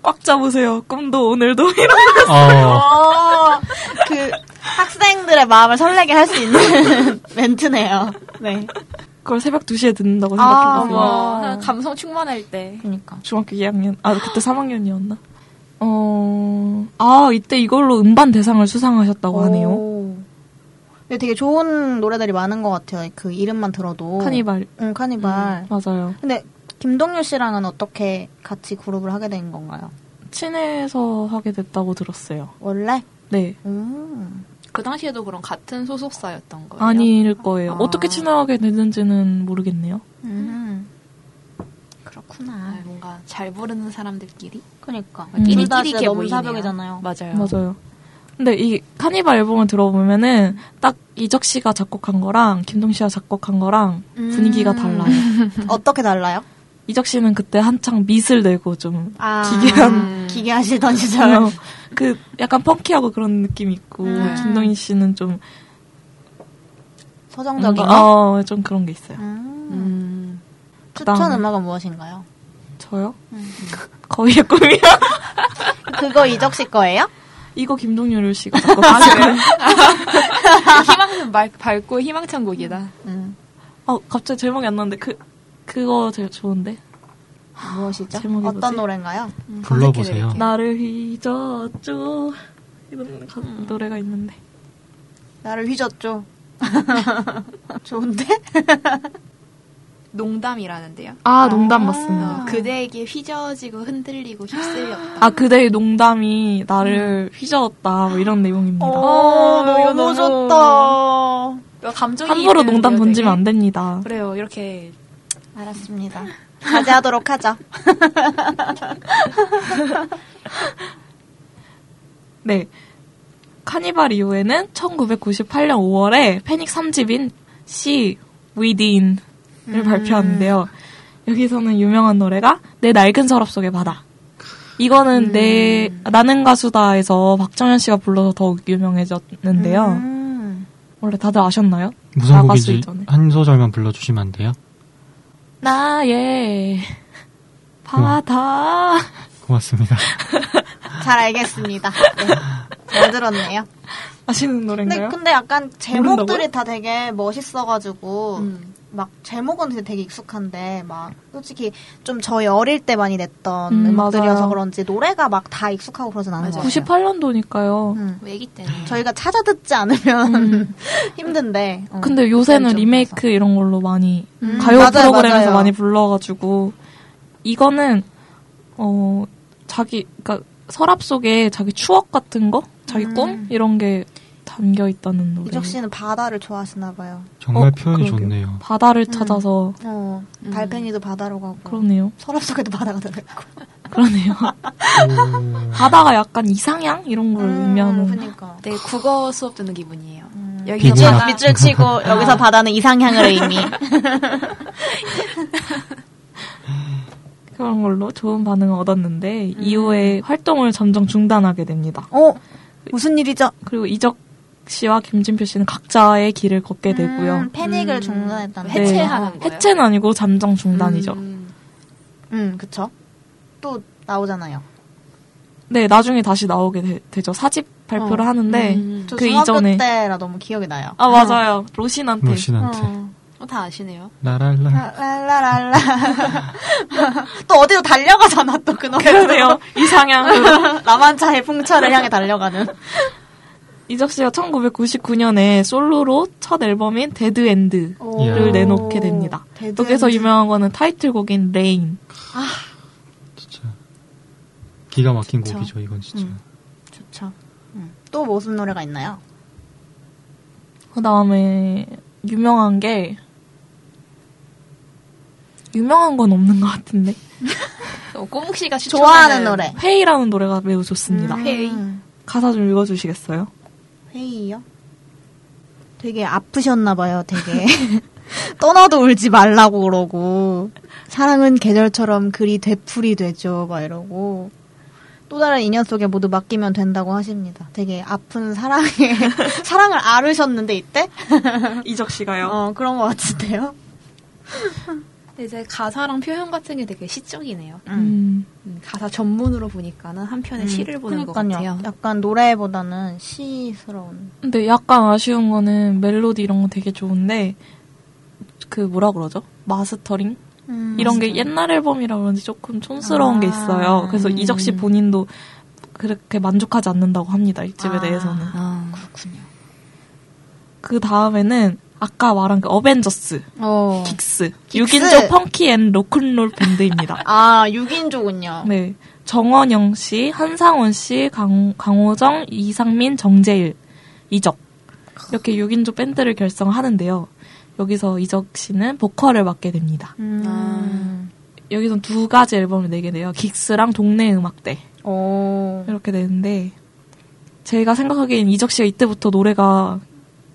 꽉 잡으세요. 꿈도 오늘도 이런
어,
어. 어그 학생들의 마음을 설레게 할 수 있는 멘트네요. 네.
그걸 새벽 2시에 듣는다고
아,
생각해보세요.
와.
네. 와, 감성 충만할 때.
그러니까.
중학교 2학년, 아, 그때 3학년이었나? 어, 아, 이때 이걸로 음반 대상을 뭐 수상하셨다고 하네요.
오. 근데 되게 좋은 노래들이 많은 것 같아요. 그 이름만 들어도.
카니발. 음.
응, 카니발.
맞아요.
근데 김동률 씨랑은 어떻게 같이 그룹을 하게 된 건가요?
친해서 하게 됐다고 들었어요.
원래?
네.
음.
그 당시에도 그럼 같은 소속사였던 거예요?
아닐 거예요.
아.
어떻게 친하게 됐는지는 모르겠네요.
음.
그렇구나. 아, 뭔가 잘 부르는 사람들끼리
그니까. 그러니까.
음.
둘
끼리끼리
다 진짜
있게
너무
모이네요.
사벽이잖아요.
맞아요.
맞아요. 근데 이 카니발 앨범을 들어보면은 딱 이적 씨가 작곡한 거랑 김동 씨가 작곡한 거랑
음.
분위기가 달라요.
어떻게 달라요?
이적 씨는 그때 한창 밑을 내고 좀
아.
기괴한-
기괴하시던
어,
시절.
그 약간 펑키하고 그런 느낌 이 있고
음.
김동희 씨는 좀
서정적인
뭔가-
거.
어, 좀 그런 게 있어요.
음.
음.
추천
그다음.
음악은 음. 무엇인가요?
저요? 거위의 꿈이요.
그거 이적 씨 거예요?
이거 김동률 씨가
아,
작곡했어요.
희망은 맑, 밝고 희망찬 곡이다.
음.
어, 갑자기 제목이 안 나는데 그 그거 제일 좋은데.
무엇이죠?
제목이
어떤
뭐지?
노래인가요?
음,
불러보세요.
검색해드릴게요.
나를 잊었죠. 이런 가- 노래가 있는데.
나를 휘졌죠. 좋은데?
농담이라는데요.
아, 농담 맞습니다.
어, 그대에게 휘저어지고 흔들리고 휩쓸렸다.
아, 그대의 농담이 나를 휘저었다. 뭐 이런 내용입니다.
어,
이거
너무
너무-
좋다.
어, 감정이
함부로
있는
농담
노래요,
던지면
되게.
안 됩니다.
그래요. 이렇게
알았습니다. 자제하도록 하죠.
네. 카니발 이후에는 1998년 5월에 패닉 3집인 C Within을
음.
발표하는데요. 여기서는 유명한 노래가 내 낡은 서랍 속의 바다. 이거는 내
음.
나는 가수다에서 박정현 씨가 불러서 더욱 유명해졌는데요.
음.
원래 다들 아셨나요?
무슨
나가수
곡인지
이전에.
한 소절만 불러주시면 안 돼요?
나의 바다.
고맙습니다.
잘 알겠습니다. 네. 잘 들었네요. 근데,
아시는
네,
노래인가요?
근데 약간
모른다고요?
제목들이 다 되게 멋있어가지고,
음.
막 제목은 되게, 되게 익숙한데, 막 솔직히 좀 저희 어릴 때 많이 냈던
음,
음, 악들이어서
맞아요.
그런지 노래가 막 다 익숙하고 그러진 않은 것
맞아요.
같아요.
98년도니까요.
음.
애기 때는
저희가 찾아 듣지 않으면
음.
힘든데. 어.
근데 요새는
점점
리메이크 이런 걸로 많이
음,
가요
맞아요,
프로그램에서
맞아요.
많이 불러가지고 이거는 어 자기 그러니까 서랍 속에 자기 추억 같은 거, 자기
음.
꿈 이런 게 담겨 있다는 노래.
이적 씨는 바다를 좋아하시나 봐요.
정말
어,
표현이
그러게요.
좋네요.
바다를
음.
찾아서
어,
음.
달팽이도 바다로 가고.
그러네요,
서랍 속에도 바다가 들어있고.
그러네요.
오.
바다가 약간 이상향 이런 걸 의미하는.
음, 그니까.
되게 국어 수업 듣는 기분이에요.
음.
여기서
비주얼.
바다-
밑줄 치고 여기서 바다는 이상향을 의미.
그런 걸로 좋은 반응을 얻었는데
음.
이후에 활동을 점점 중단하게 됩니다.
어? 무슨 일이죠?
그리고 이적 씨와 김진표 씨는 각자의 길을 걷게 네, 되고요.
음, 패닉을
음.
중단했다는
네. 해체하는 거예요?
해체는 아니고 잠정 중단이죠.
음.
음, 그쵸. 또 나오잖아요.
네, 나중에 다시 나오게 되, 죠 사집 발표를
어.
하는데
음.
저
그
중학교
이전에
때라 너무 기억이 나요.
아 맞아요 로신한테
로신한테.
어.
어, 다 아시네요.
라랄라.
랄랄랄라. 또 어디로 달려가잖아, 또 그 노래.
그러네요 이상향으로
라만차의 풍차를 향해 달려가는.
이적 씨가 1999년에 솔로로 첫 앨범인 데드 엔드를
오.
내놓게 됩니다.
데드
여기서
엔드.
유명한 거는 타이틀곡인 레인.
진짜. 기가 막힌
진짜.
곡이죠, 이건 진짜.
음. 좋죠. 음. 또 무슨 노래가 있나요?
그 다음에 유명한 게 유명한 건 없는 것 같은데
어, 꼬묵 씨가
좋아하는
추천하는
노래.
회의라는 노래가 매우 좋습니다.
음.
회의.
가사 좀 읽어주시겠어요?
회의요? 되게 아프셨나봐요, 되게. 떠나도 울지 말라고 그러고, 사랑은 계절처럼 그리 되풀이 되죠, 막 이러고. 또 다른 인연 속에 모두 맡기면 된다고 하십니다. 되게 아픈 사랑에, 사랑을 앓으셨는데, 이때?
이적 씨가요.
어, 그런 것 같은데요?
근데 네, 이제 가사랑 표현 같은 게 되게 시적이네요.
음.
음, 가사 전문으로 보니까는 한 편의
음.
시를 보는
그러니까요.
것 같아요.
약간 노래보다는 시스러운.
근데 약간 아쉬운 거는 멜로디 이런 거 되게 좋은데 그 뭐라 그러죠? 마스터링
음.
이런 게 옛날 앨범이라 그런지 조금 촌스러운 게
아.
있어요. 그래서 이적 씨 본인도 그렇게 만족하지 않는다고 합니다. 이 집에
아.
대해서는.
아, 그렇군요.
그 다음에는 아까 말한 그 어벤져스,
어.
긱스,
긱스.
6인조 펑키 앤 로큰롤 밴드입니다.
아, 6인조군요.
네. 정원영 씨, 한상원 씨, 강, 강호정, 이상민, 정재일, 이적. 이렇게 6인조 밴드를 결성하는데요. 여기서 이적 씨는 보컬을 맡게 됩니다.
음.
여기선 두 가지 앨범을 내게 돼요. 긱스랑 동네 음악대.
오.
이렇게 되는데 제가 생각하기엔 이적 씨가 이때부터 노래가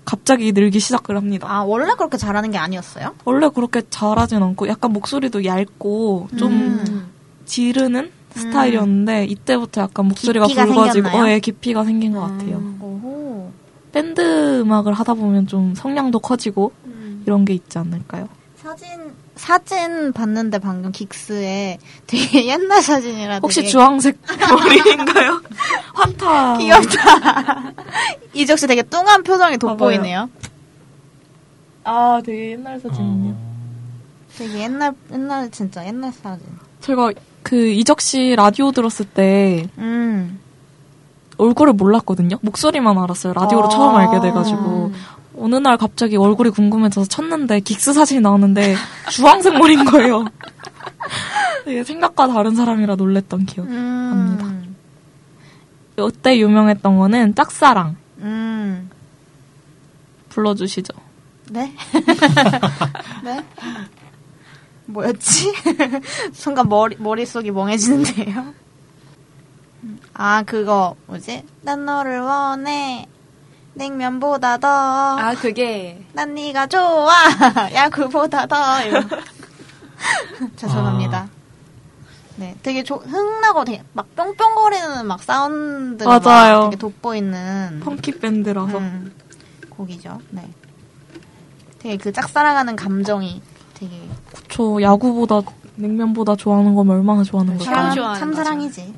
갑자기 늘기 시작을 합니다.
아, 원래 그렇게 잘하는 게 아니었어요?
원래 그렇게 잘하진 않고 약간 목소리도 얇고 좀
음.
지르는 스타일이었는데 이때부터 약간 목소리가
깊이가
굵어지고
생겼나요? 음.
어, 예, 깊이가 생긴 것 같아요.
오호.
밴드 음악을 하다 보면 좀 성량도 커지고
음.
이런 게 있지 않을까요?
사진, 사진 봤는데 방금 긱스에 되게 옛날 사진이라
혹시
아, 되게
주황색 머리인가요? 환타.
귀엽다. 이적 씨 되게 뚱한 표정이 돋보이네요.
아, 되게 옛날 사진이네요.
되게 옛날, 옛날, 진짜 옛날 사진.
제가 그 이적 씨 라디오 들었을 때
음.
얼굴을 몰랐거든요. 목소리만 알았어요. 라디오로
아.
처음 알게 돼가지고 어느 날 갑자기 얼굴이 궁금해져서 쳤는데 긱스 사진이 나왔는데 주황색 머리인 거예요. 되게 생각과 다른 사람이라 놀랬던 기억.
음.
이때 유명했던 거는 짝사랑
음.
불러주시죠.
네? 네? 뭐였지? 순간 머리, 머릿속이 멍해지는데요. 아, 그거, 뭐지? 난 너를 원해. 냉면보다 더.
아, 그게
난 네가 좋아. 야구보다 더. 이거. 죄송합니다.
아.
네, 되게 조, 흥나고 되게 막 뿅뿅거리는 막 사운드가 막
맞아요.
되게 돋보이는
펑키 밴드라서
음, 곡이죠. 네. 되게 그 짝사랑하는 감정이 되게
저 야구보다 냉면보다 좋아하는 건 얼마나 좋아하는 걸까?
사람
사랑,
좋아하는
참사랑이지.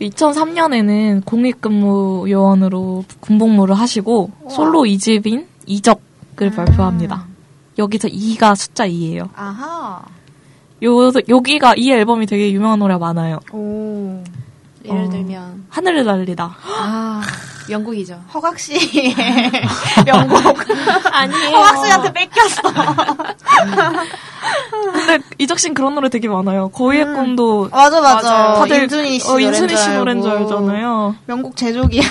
2003년에는 공익근무 요원으로 군복무를 하시고 솔로 2집인
음.
이적을 발표합니다. 여기서 2가 숫자 2예요.
아하.
요 여기가 이 앨범이 되게 유명한 노래가 많아요.
오.
예를
어.
들면
하늘을 날리다.
아 영국이죠.
허각 씨 명곡.
아니에요.
허각 씨한테 뺏겼어.
근데 이적신 그런 노래 되게 많아요. 거위의
음.
꿈도
맞아 맞아.
맞아요.
다들 인순이 씨
어, 인순이 씨
알고.
노래인 줄 알잖아요.
명곡 제조기야.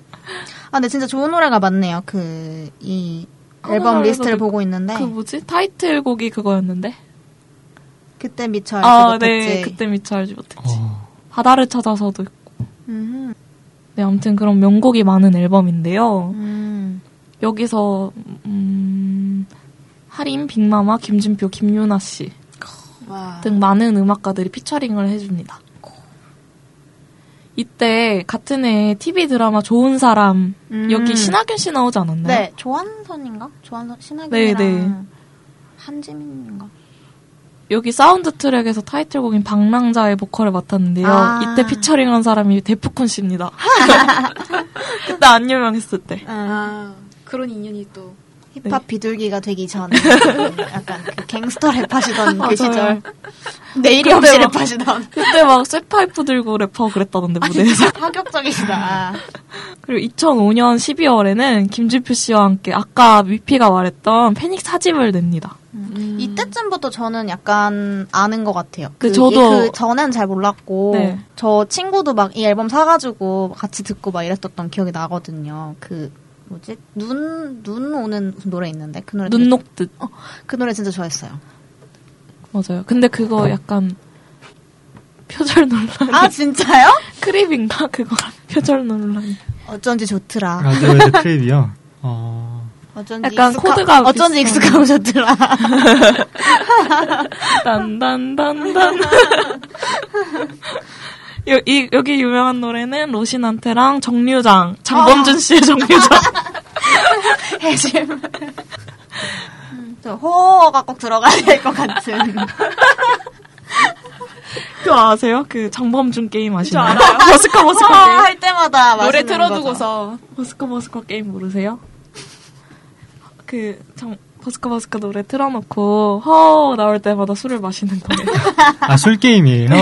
아 근데 진짜 좋은 노래가 많네요. 그 이 앨범
노래도
리스트를
그-
보고 있는데
그 뭐지? 타이틀곡이 그거였는데.
그, 때 미처 알지
아,
못했지.
네. 그때 미처 알지 못했지.
어,
바다를 찾아서도 있고.
음.
네, 아무튼 그런 명곡이 많은 앨범인데요.
음.
여기서 음, 하림, 빅마마, 김진표, 김유나 씨 등
아.
와.
많은 음악가들이 피처링을 해줍니다. 이때 같은 해 TV 드라마 좋은 사람
음.
여기 신하균 씨 나오지 않았나요?
네, 조한선인가? 조한선 신하균이랑
네, 네.
한지민인가?
여기 사운드 트랙에서 타이틀곡인 방랑자의 보컬을 맡았는데요.
아.
이때 피처링한 사람이 데프콘 씨입니다. 그때 안 유명했을 때.
아 그런 인연이 또
네.
힙합 비둘기가 되기 전에 약간 그 갱스터 랩하시던 그
맞아요. 네,
시절 내일이 없이 랩하시던
그때 막 쇠파이프 들고 래퍼 그랬다던데 무대에서.
파격적이시다. 아.
그리고 2005년 12월에는 김진표 씨와 함께 아까 위피가 말했던 패닉 사집을 냅니다.
이때쯤부터 저는 약간 아는 것 같아요.
음. 그 저도-
그 전엔 잘 몰랐고
네.
저 친구도 막 이 앨범 사가지고 같이 듣고 막 이랬었던 기억이 나거든요. 그 뭐지 눈 눈 오는 무슨 노래 있는데 그 노래 되게-
눈녹듯.
그 노래 진짜 좋아했어요.
맞아요. 근데 그거 약간 표절 논란.
아 진짜요?
크립인가? 그거 표절 논란.
어쩐지 좋더라.
라디오에서 크립이요. 어,
어쩐지
약간
익숙하-
코드가
어쩐지
비슷한-
익숙하셨더라.
딴딴딴딴. 여, 이, 여기 유명한 노래는 로신한테랑 정류장. 장범준 씨의 정류장.
해심. 좀 호어가 꼭 들어가야 될 것 같은.
그거 아세요? 그 장범준 게임 아시나요?
저 알아요.
버스커 버스커
호어
게임.
할 때마다
노래
맛있는 거죠.
틀어두고서
버스커 버스커 게임 모르세요? 그 장, 버스커 버스커 노래 틀어놓고 허 나올 때마다 술을 마시는 거예요.
아, 술 게임이에요? 아.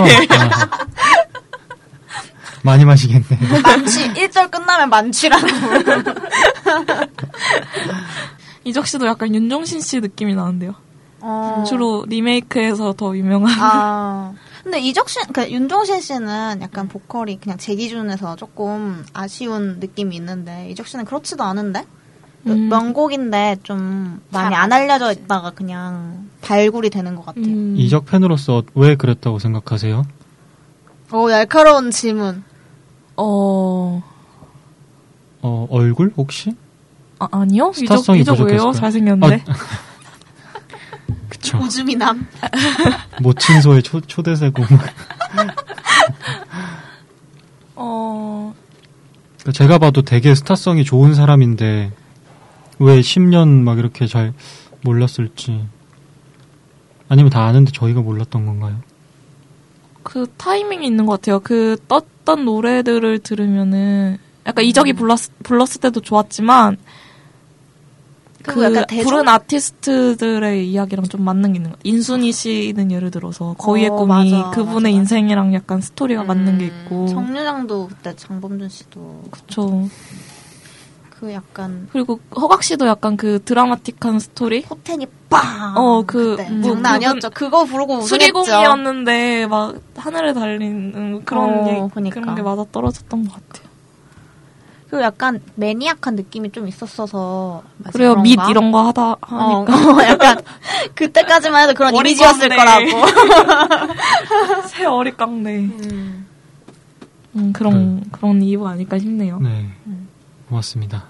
많이 마시겠네.
만취 1절 끝나면 만취라고.
이적 씨도 약간 윤종신 씨 느낌이 나는데요.
어.
주로 리메이크해서 더 유명한.
아. 근데 이적신, 그 윤종신 씨는 약간 보컬이 그냥 제 기준에서 조금 아쉬운 느낌이 있는데 이적 씨는 그렇지도 않은데
음.
명곡인데 좀 많이
잘
안 알려져
알려지지.
있다가 그냥 발굴이 되는 것 같아요.
음.
이적 팬으로서 왜 그랬다고 생각하세요?
오 날카로운 질문.
어
어, 얼굴 혹시?
아, 아니요 이적
스타성이
이적 왜요?
부족했을까요? 아,
잘생겼는데.
그쵸.
오줌이 남.
모친소의 초, 초대세고. 그러니까
어
그러니까 제가 봐도 되게 스타성이 좋은 사람인데 왜 10년 막 이렇게 잘 몰랐을지 아니면 다 아는데 저희가 몰랐던 건가요?
그 타이밍이 있는 것 같아요. 그 떴던 노래들을 들으면은
음.
약간 이적이 불렀, 불렀을 때도 좋았지만
그리고
그
약간 대중-
부른 아티스트들의 이야기랑 좀 맞는 게 있는 것 같아요. 인순이 씨는 예를 들어서 거위의
어,
꿈이
맞아, 맞아, 맞아.
그분의 인생이랑 약간 스토리가 맞는 게 있고
음, 정류장도 그때 장범준 씨도
그쵸.
그 약간
그리고 허각 씨도 약간 그 드라마틱한 스토리
포텐이 빵.
어, 그,
그때.
뭐,
장난
그분-
아니었죠. 그거 부르고 우승했죠.
수리공이었는데 막 하늘에 달리는 그런
어,
얘-
그러니까.
그런 게 맞아 떨어졌던 것 같아요.
그리고 약간 매니악한 느낌이 좀 있었어서
그래요
아, 그런가?
밑 이런 거 하다 하니까
어, 약간 그때까지만 해도 그런 이미지였을
어리광대.
거라고.
새 어리깡네. 음, 그런 그런 이유가 아닐까 싶네요.
네.
음.
고맙습니다.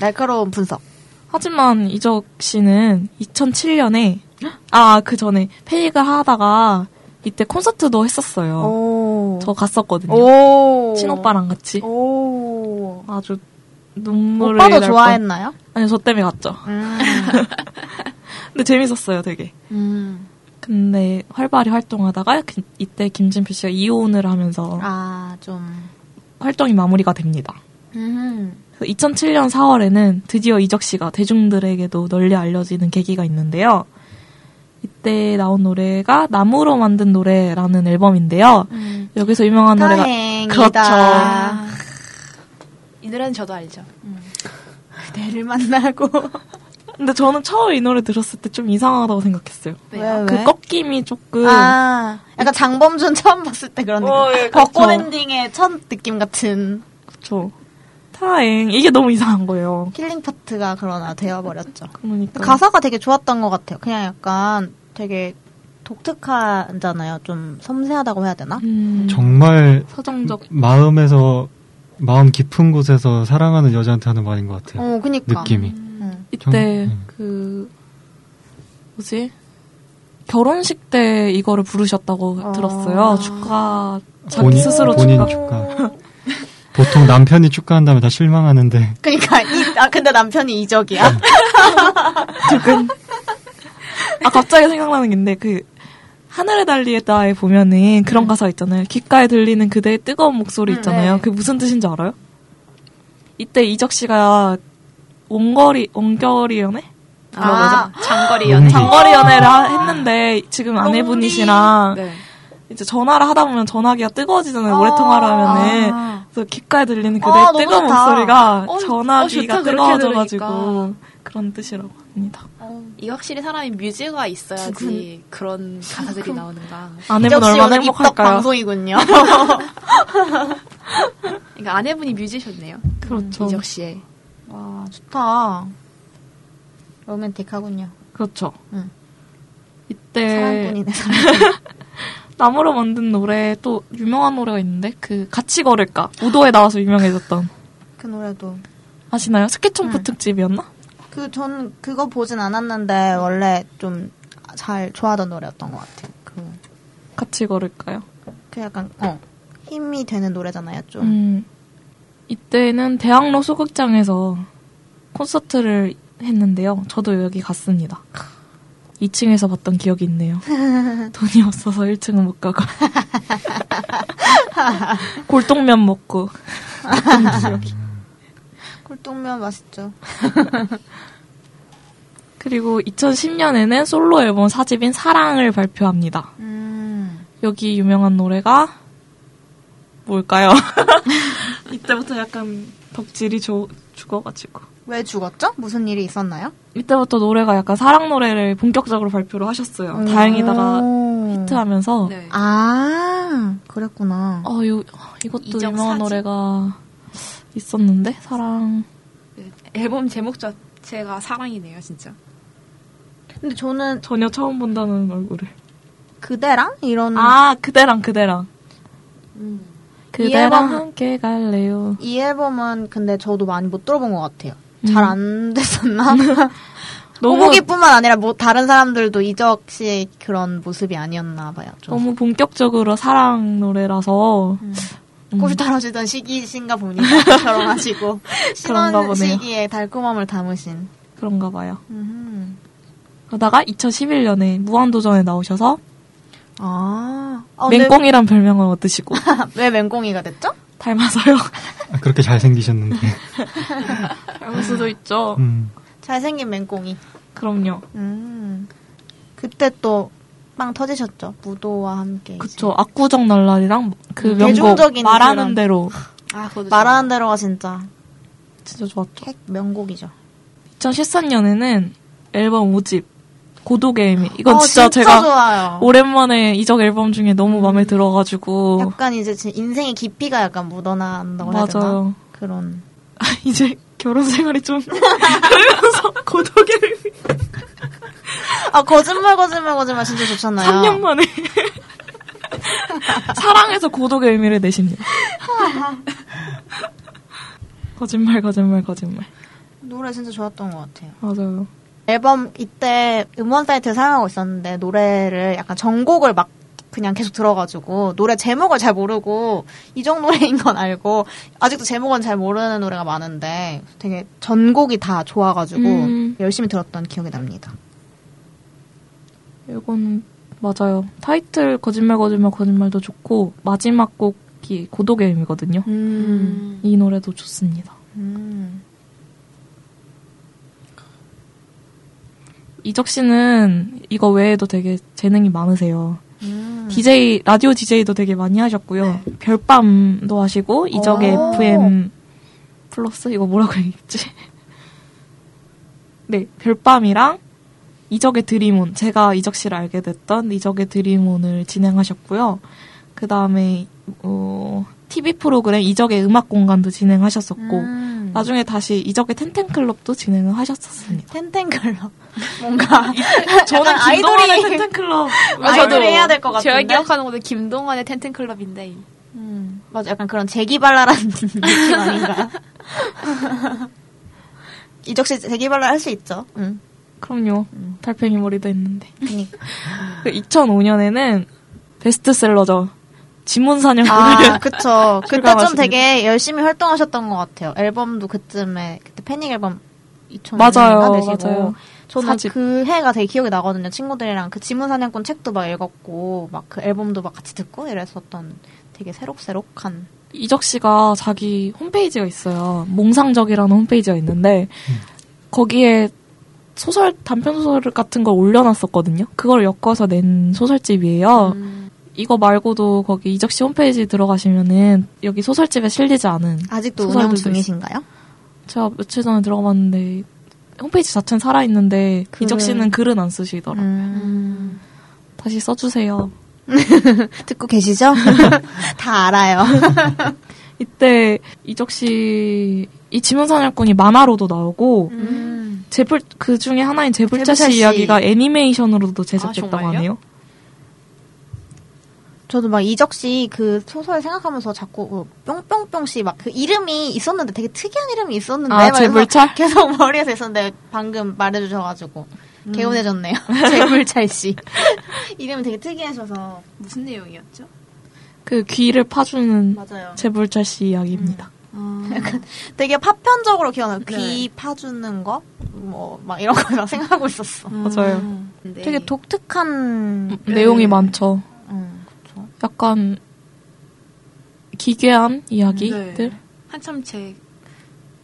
날카로운 분석.
하지만 이적 씨는 2007년에 아 그 전에 페이가 하다가 이때 콘서트도 했었어요.
오.
저 갔었거든요.
오.
친오빠랑 같이
오.
아주 눈물을
오빠도
날 뻔-
좋아했나요?
아니 저 때문에 갔죠.
음.
근데 재밌었어요, 되게.
음.
근데 활발히 활동하다가 그- 이때 김진표 씨가 이혼을 하면서
아, 좀.
활동이 마무리가 됩니다.
음.
2007년 4월에는 드디어 이적 씨가 대중들에게도 널리 알려지는 계기가 있는데요. 이때 나온 노래가 나무로 만든 노래라는 앨범인데요.
음.
여기서 유명한 노래가
다행이다.
그렇죠.
이 노래는 저도 알죠.
그대를 만나고.
근데 저는 처음 이 노래 들었을 때 좀 이상하다고 생각했어요.
왜, 왜?
그 꺾임이 조금
아, 약간 장범준 처음 봤을 때 그런 느낌.
어, 예, 그렇죠.
벚꽃 엔딩의 첫 느낌 같은
그쵸. 타행 이게 너무 이상한 거예요.
킬링 파트가 그러나 되어버렸죠.
그러니까
가사가 되게 좋았던 것 같아요. 그냥 약간 되게 독특하잖아요. 좀 섬세하다고 해야 되나?
음,
정말
서정적
마음에서 마음 깊은 곳에서 사랑하는 여자한테 하는 말인 것 같아요.
어,
그러니까.
그니까.
느낌이.
응.
이때
음.
그 뭐지 결혼식 때 이거를 부르셨다고
어.
들었어요. 축하 자기
본인-
스스로
본인
축하.
축하. 보통 남편이 축하한 다음에 다 실망하는데
그니까, 이, 아, 근데 남편이
음.
이적이야.
아 갑자기 생각나는 게 있는데 그 하늘에 달리에다에 보면은 그런 가사 있잖아요. 귓가에 들리는 그대의 뜨거운 목소리
음,
있잖아요.
네.
그게 무슨 뜻인지 알아요? 이때 이적 씨가 원거리 원결이 연애
아,
장거리
연애.
음. 장거리 연애를 하- 했는데 지금 아내분이시랑
네.
이제 전화를 하다 보면 전화기가 뜨거워지잖아요. 오래 통화를 하면은. 그래서 귓가에 들리는 그대
아,
의
너무
뜨거운
좋다.
목소리가
어,
전화기가
어, 좋다. 그렇게
뜨거워져가지고
들으니까.
그런 뜻이라고 합니다.
이거 확실히 사람이 뮤즈가 있어야지 그런 가사들이 나오는가.
아내분
이적씨
얼마나
오늘 입덕
행복할까요?
방송이군요.
그러니까 아내분이 뮤지셨네요.
그렇죠.
이적 씨의.
와, 좋다. 로맨틱하군요.
그렇죠.
응.
이때
사랑꾼이네, 사랑.
나무로 만든 노래 또 유명한 노래가 있는데 그 같이 걸을까 우도에 나와서 유명해졌던
그 노래도.
아시나요? 스케총프 특집이었나?
그, 전 그거 보진 않았는데, 원래 좀 잘 좋아하던 노래였던 것 같아요. 그,
같이 걸을까요?
그 약간, 어, 힘이 되는 노래잖아요, 좀.
음, 이때는 대학로 소극장에서 콘서트를 했는데요. 저도 여기 갔습니다. 2층에서 봤던 기억이 있네요. 돈이 없어서 1층은 못 가고. 골동면 먹고.
아,
꿀떡면 맛있죠.
그리고 2010년에는 솔로 앨범 사집인 사랑을 발표합니다.
음.
여기 유명한 노래가 뭘까요? 이때부터 약간 덕질이 조- 죽어가지고.
왜 죽었죠? 무슨 일이 있었나요?
이때부터 노래가 약간 사랑 노래를 본격적으로 발표를 하셨어요. 다행이다가
오.
히트하면서
네.
아, 그랬구나.
어, 요, 이것도
이정
유명한
사집.
노래가 있었는데 사랑
네. 앨범 제목 자체가 사랑이네요, 진짜.
근데 저는
전혀 처음 본다는 얼굴을.
그대랑 이런
아 그대랑 그대랑 그대랑
앨범-
함께 갈래요.
이 앨범은 근데 저도 많이 못 들어본 것 같아요. 잘 안 됐었나? 노무기뿐만 아니라 뭐 다른 사람들도 이적 씨의 그런 모습이 아니었나 봐요. 좀.
너무 본격적으로 사랑 노래라서
꽃이
음.
떨어지던 시기이신가 봅니다. 결혼하시고
그런가
신혼
보네요.
시기에 달콤함을 담으신.
그런가 봐요.
음.
그러다가 2011년에 무한도전에 나오셔서
아, 어, 근데
맹꽁이란 별명을 얻으시고
왜 맹꽁이가 됐죠?
닮아서요.
아, 그렇게 잘생기셨는데.
닮을 수도 있죠.
음.
잘생긴 맹꽁이.
그럼요.
음. 그때 또 빵 터지셨죠. 무도와 함께. 이제.
그쵸. 압구정 날라리랑 그
음,
명곡
대중적인
말하는
그런-
대로
아, 그것도
말하는 대로가 진짜
진짜 좋았죠.
핵 명곡이죠.
2013년에는 앨범 5집 고독의 의미. 이건
어,
진짜, 제가
좋아요.
오랜만에 이적 앨범 중에 너무 마음에 들어가지고
약간 이제 제 인생의 깊이가 약간 묻어난다고 해야 되나?
맞아요.
그런.
이제 결혼 생활이 좀 그러면서 고독의 의미.
아 거짓말 거짓말 거짓말 진짜 좋잖아요.
3년 만에 사랑에서 고독의 의미를 내십니다. 거짓말 거짓말 거짓말
노래 진짜 좋았던 것 같아요.
맞아요.
앨범 이때 음원 사이트를 사용하고 있었는데 노래를 약간 전곡을 막 그냥 계속 들어가지고 노래 제목을 잘 모르고 이적 노래인 건 알고 아직도 제목은 잘 모르는 노래가 많은데 되게 전곡이 다 좋아가지고
음.
열심히 들었던 기억이 납니다.
이건 맞아요. 타이틀 거짓말 거짓말 거짓말도 좋고 마지막 곡이 고독의 의미거든요.
음.
이 노래도 좋습니다.
음.
이적 씨는 이거 외에도 되게 재능이 많으세요.
음.
DJ 라디오 DJ도 되게 많이 하셨고요. 별밤도 하시고 이적의
네. 오.
FM 플러스 이거 뭐라고 얘기했지? 네, 별밤이랑 이적의 드림온 제가 이적 씨를 알게 됐던 이적의 드림온을 진행하셨고요. 그 다음에 어, TV 프로그램 이적의 음악 공간도 진행하셨었고
음.
나중에 다시 이적의 텐텐 클럽도 진행을 하셨었습니다.
텐텐클럽 뭔가
저는
약간
김동완의
아이돌이-
텐텐 클럽
아이돌이 해야 될 것
제가
같은데.
기억하는 것도 김동완의 텐텐클럽인데.
음, 맞아. 약간 그런 재기발랄한 느낌 아닌가? 이적 씨 재기발랄 할 수 있죠. 응.
그럼요.
음.
달팽이 머리도 있는데.
그니까.
2005년에는 베스트셀러죠. 지문사냥
아, 그쵸. 그때 좀
출간하시길.
되게 열심히 활동하셨던 것 같아요. 앨범도 그쯤에, 그때 패닉 앨범 2000년
맞아요,
내시고.
맞아요.
저는
사집.
그 해가 되게 기억이 나거든요. 친구들이랑 그 지문사냥꾼 책도 막 읽었고, 막 그 앨범도 막 같이 듣고 이랬었던 되게 새록새록한.
이적 씨가 자기 홈페이지가 있어요. 몽상적이라는 홈페이지가 있는데 거기에 소설 단편 소설 같은 걸 올려놨었거든요. 그걸 엮어서 낸 소설집이에요.
음.
이거 말고도 거기 이적 씨 홈페이지 들어가시면은 여기 소설집에 실리지 않은
아직도
소설들도
운영
있어요.
중이신가요?
제가 며칠 전에 들어가봤는데 홈페이지 자체는 살아 있는데 이적 씨는 글은 안 쓰시더라. 요
음.
다시 써주세요.
듣고 계시죠? 다 알아요.
이때 이적 씨이 지문사냥꾼이 만화로도 나오고
음.
제불 그 중에 하나인
제불자
제불자 씨
씨.
이야기가 애니메이션으로도 제작됐다고
아, 정말요?
하네요.
저도 막 이적 씨 그 소설 생각하면서 자꾸 그 뿅뿅뿅 씨 막 그 이름이 있었는데 되게 특이한 이름이 있었는데
아,
막
재벌찰?
이러면서 계속 머리에서 있었는데 방금 말해주셔가지고 개운해졌네요. 음. 재불찰 씨 이름이 되게 특이하셔서
무슨 내용이었죠?
그 귀를 파주는
맞아요.
제불자 씨 이야기입니다.
되게 파편적으로 기억나요.
네.
귀 파주는 거? 뭐 막 이런 거 막 생각하고 있었어.
맞아요.
음. 네.
되게 독특한
그 내용이 많죠.
음, 그쵸.
약간 기괴한 이야기들.
네. 한참 예. 책.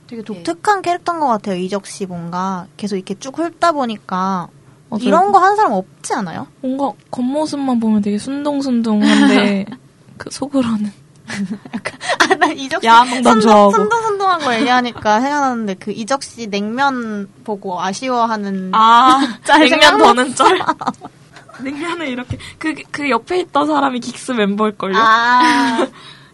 되게 독특한 캐릭터인 것 같아요. 이적 씨 뭔가 계속 이렇게 쭉 훑다 보니까
맞아요.
이런 거 한 사람 없지 않아요?
뭔가 겉모습만 보면 되게 순둥순둥한데 그 속으로는
아, 나 이적 씨
야한 농담
순둥,
좋아하고
순둥순둥한 거 얘기하니까 생각나는데 그 이적 씨 냉면 보고 아쉬워하는
아
짤
냉면
생각났어.
더는 쩔 냉면을 이렇게 그 그 옆에 있던 사람이 긱스 멤버일걸요
아,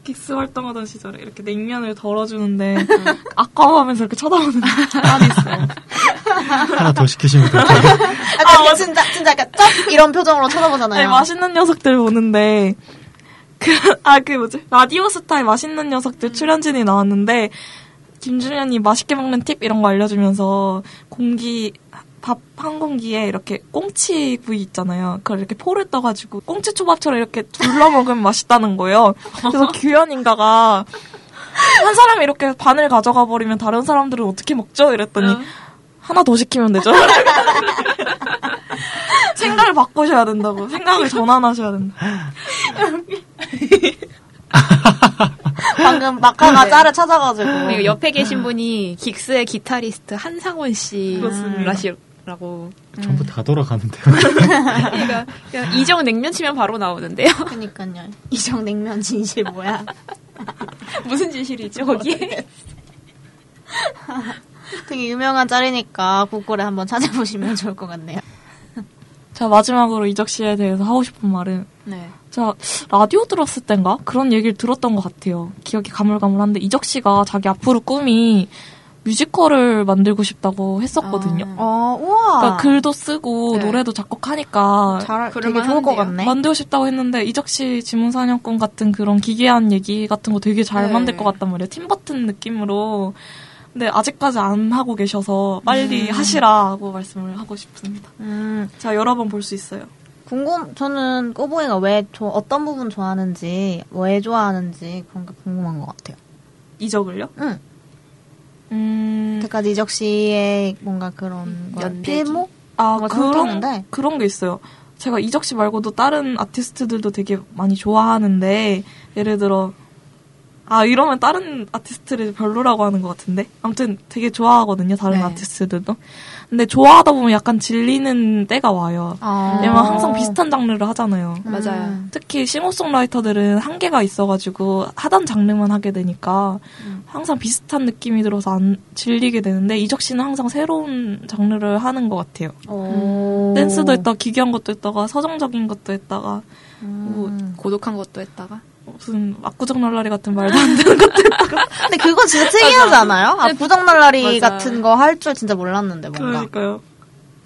긱스 활동하던 시절에 이렇게 냉면을 덜어주는데 아까워하면서 이렇게 쳐다보는 사람이 있어요
하나 더 시키시면 될 텐데.
아, 아 진짜 진짜 약간 쩝 이런 표정으로 쳐다보잖아요.
아니, 맛있는 녀석들 보는데 그 아 그 뭐지 라디오 스타의 맛있는 녀석들 출연진이 나왔는데 김준현이 맛있게 먹는 팁 이런 거 알려주면서 공기 밥 한 공기에 이렇게 꽁치 구이 있잖아요. 그걸 이렇게 포를 떠가지고 꽁치 초밥처럼 이렇게 둘러 먹으면 맛있다는 거예요. 그래서 규현인가가 한 사람이 이렇게 반을 가져가 버리면 다른 사람들은 어떻게 먹죠? 이랬더니 하나 더 시키면 되죠. 생각을 바꾸셔야 된다고. 생각을 전환하셔야 된다.
방금 마카가 짤을 찾아가지고
그리고 옆에 계신 분이 긱스의 기타리스트 한상원
그렇습니다.
씨라시라고.
전부 다 돌아가는데요.
그러니까 그냥 이정 냉면 치면 바로 나오는데요.
그니까요. 이정 냉면 진실 뭐야?
무슨 진실이죠 거기에?
되게 유명한 짤이니까 구글에 한번 찾아보시면 좋을 것 같네요.
자, 마지막으로 이적 씨에 대해서 하고 싶은 말은,
네.
제가 라디오 들었을 땐가? 그런 얘기를 들었던 것 같아요. 기억이 가물가물한데, 이적 씨가 자기 앞으로 꿈이 뮤지컬을 만들고 싶다고 했었거든요.
아.
어, 우와.
그러니까 글도 쓰고,
네.
노래도 작곡하니까,
잘, 되게
그럴만
좋을 것
한데요.
같네.
만들고 싶다고 했는데, 이적 씨 지문사냥꾼 같은 그런 기괴한 얘기 같은 거 되게 잘
네.
만들 것 같단 말이에요. 팀버튼 느낌으로. 근데 아직까지 안 하고 계셔서 빨리 하시라고 말씀을 하고 싶습니다.
음,
자, 여러 번 볼 수 있어요.
궁금, 저는 꼬보이가 왜, 조, 어떤 부분 좋아하는지, 왜 좋아하는지 그런 게 궁금한 것 같아요.
이적을요?
응.
음.
그때까지 이적 씨의 뭔가 그런 걸
연필기.
필모?
아,
뭔가
그런,
생각나는데.
그런 게 있어요. 제가 이적 씨 말고도 다른 아티스트들도 되게 많이 좋아하는데, 예를 들어, 아, 이러면 다른 아티스트를 별로라고 하는 것 같은데? 아무튼 되게 좋아하거든요, 다른
네.
아티스트들도. 근데 좋아하다 보면 약간 질리는 때가 와요.
아.
네,
왜냐면 항상 비슷한 장르를 하잖아요.
맞아요.
특히 싱어송라이터들은 한계가 있어가지고 하던 장르만 하게 되니까
음.
항상 비슷한 느낌이 들어서 안 질리게 되는데 이적 씨는 항상 새로운 장르를 하는 것 같아요.
음.
어.
오.
음. 댄스도 했다가 기괴한 것도 했다가 서정적인 것도 했다가
음.
뭐 고독한 것도 했다가
무슨 막구정 날라리 같은 말도 안 되는 것도
근데 그거 진짜 특이하지 않아요? 아, 부정날라리
맞아.
같은 거 할 줄 진짜 몰랐는데, 뭔가.
네. 그러니까요.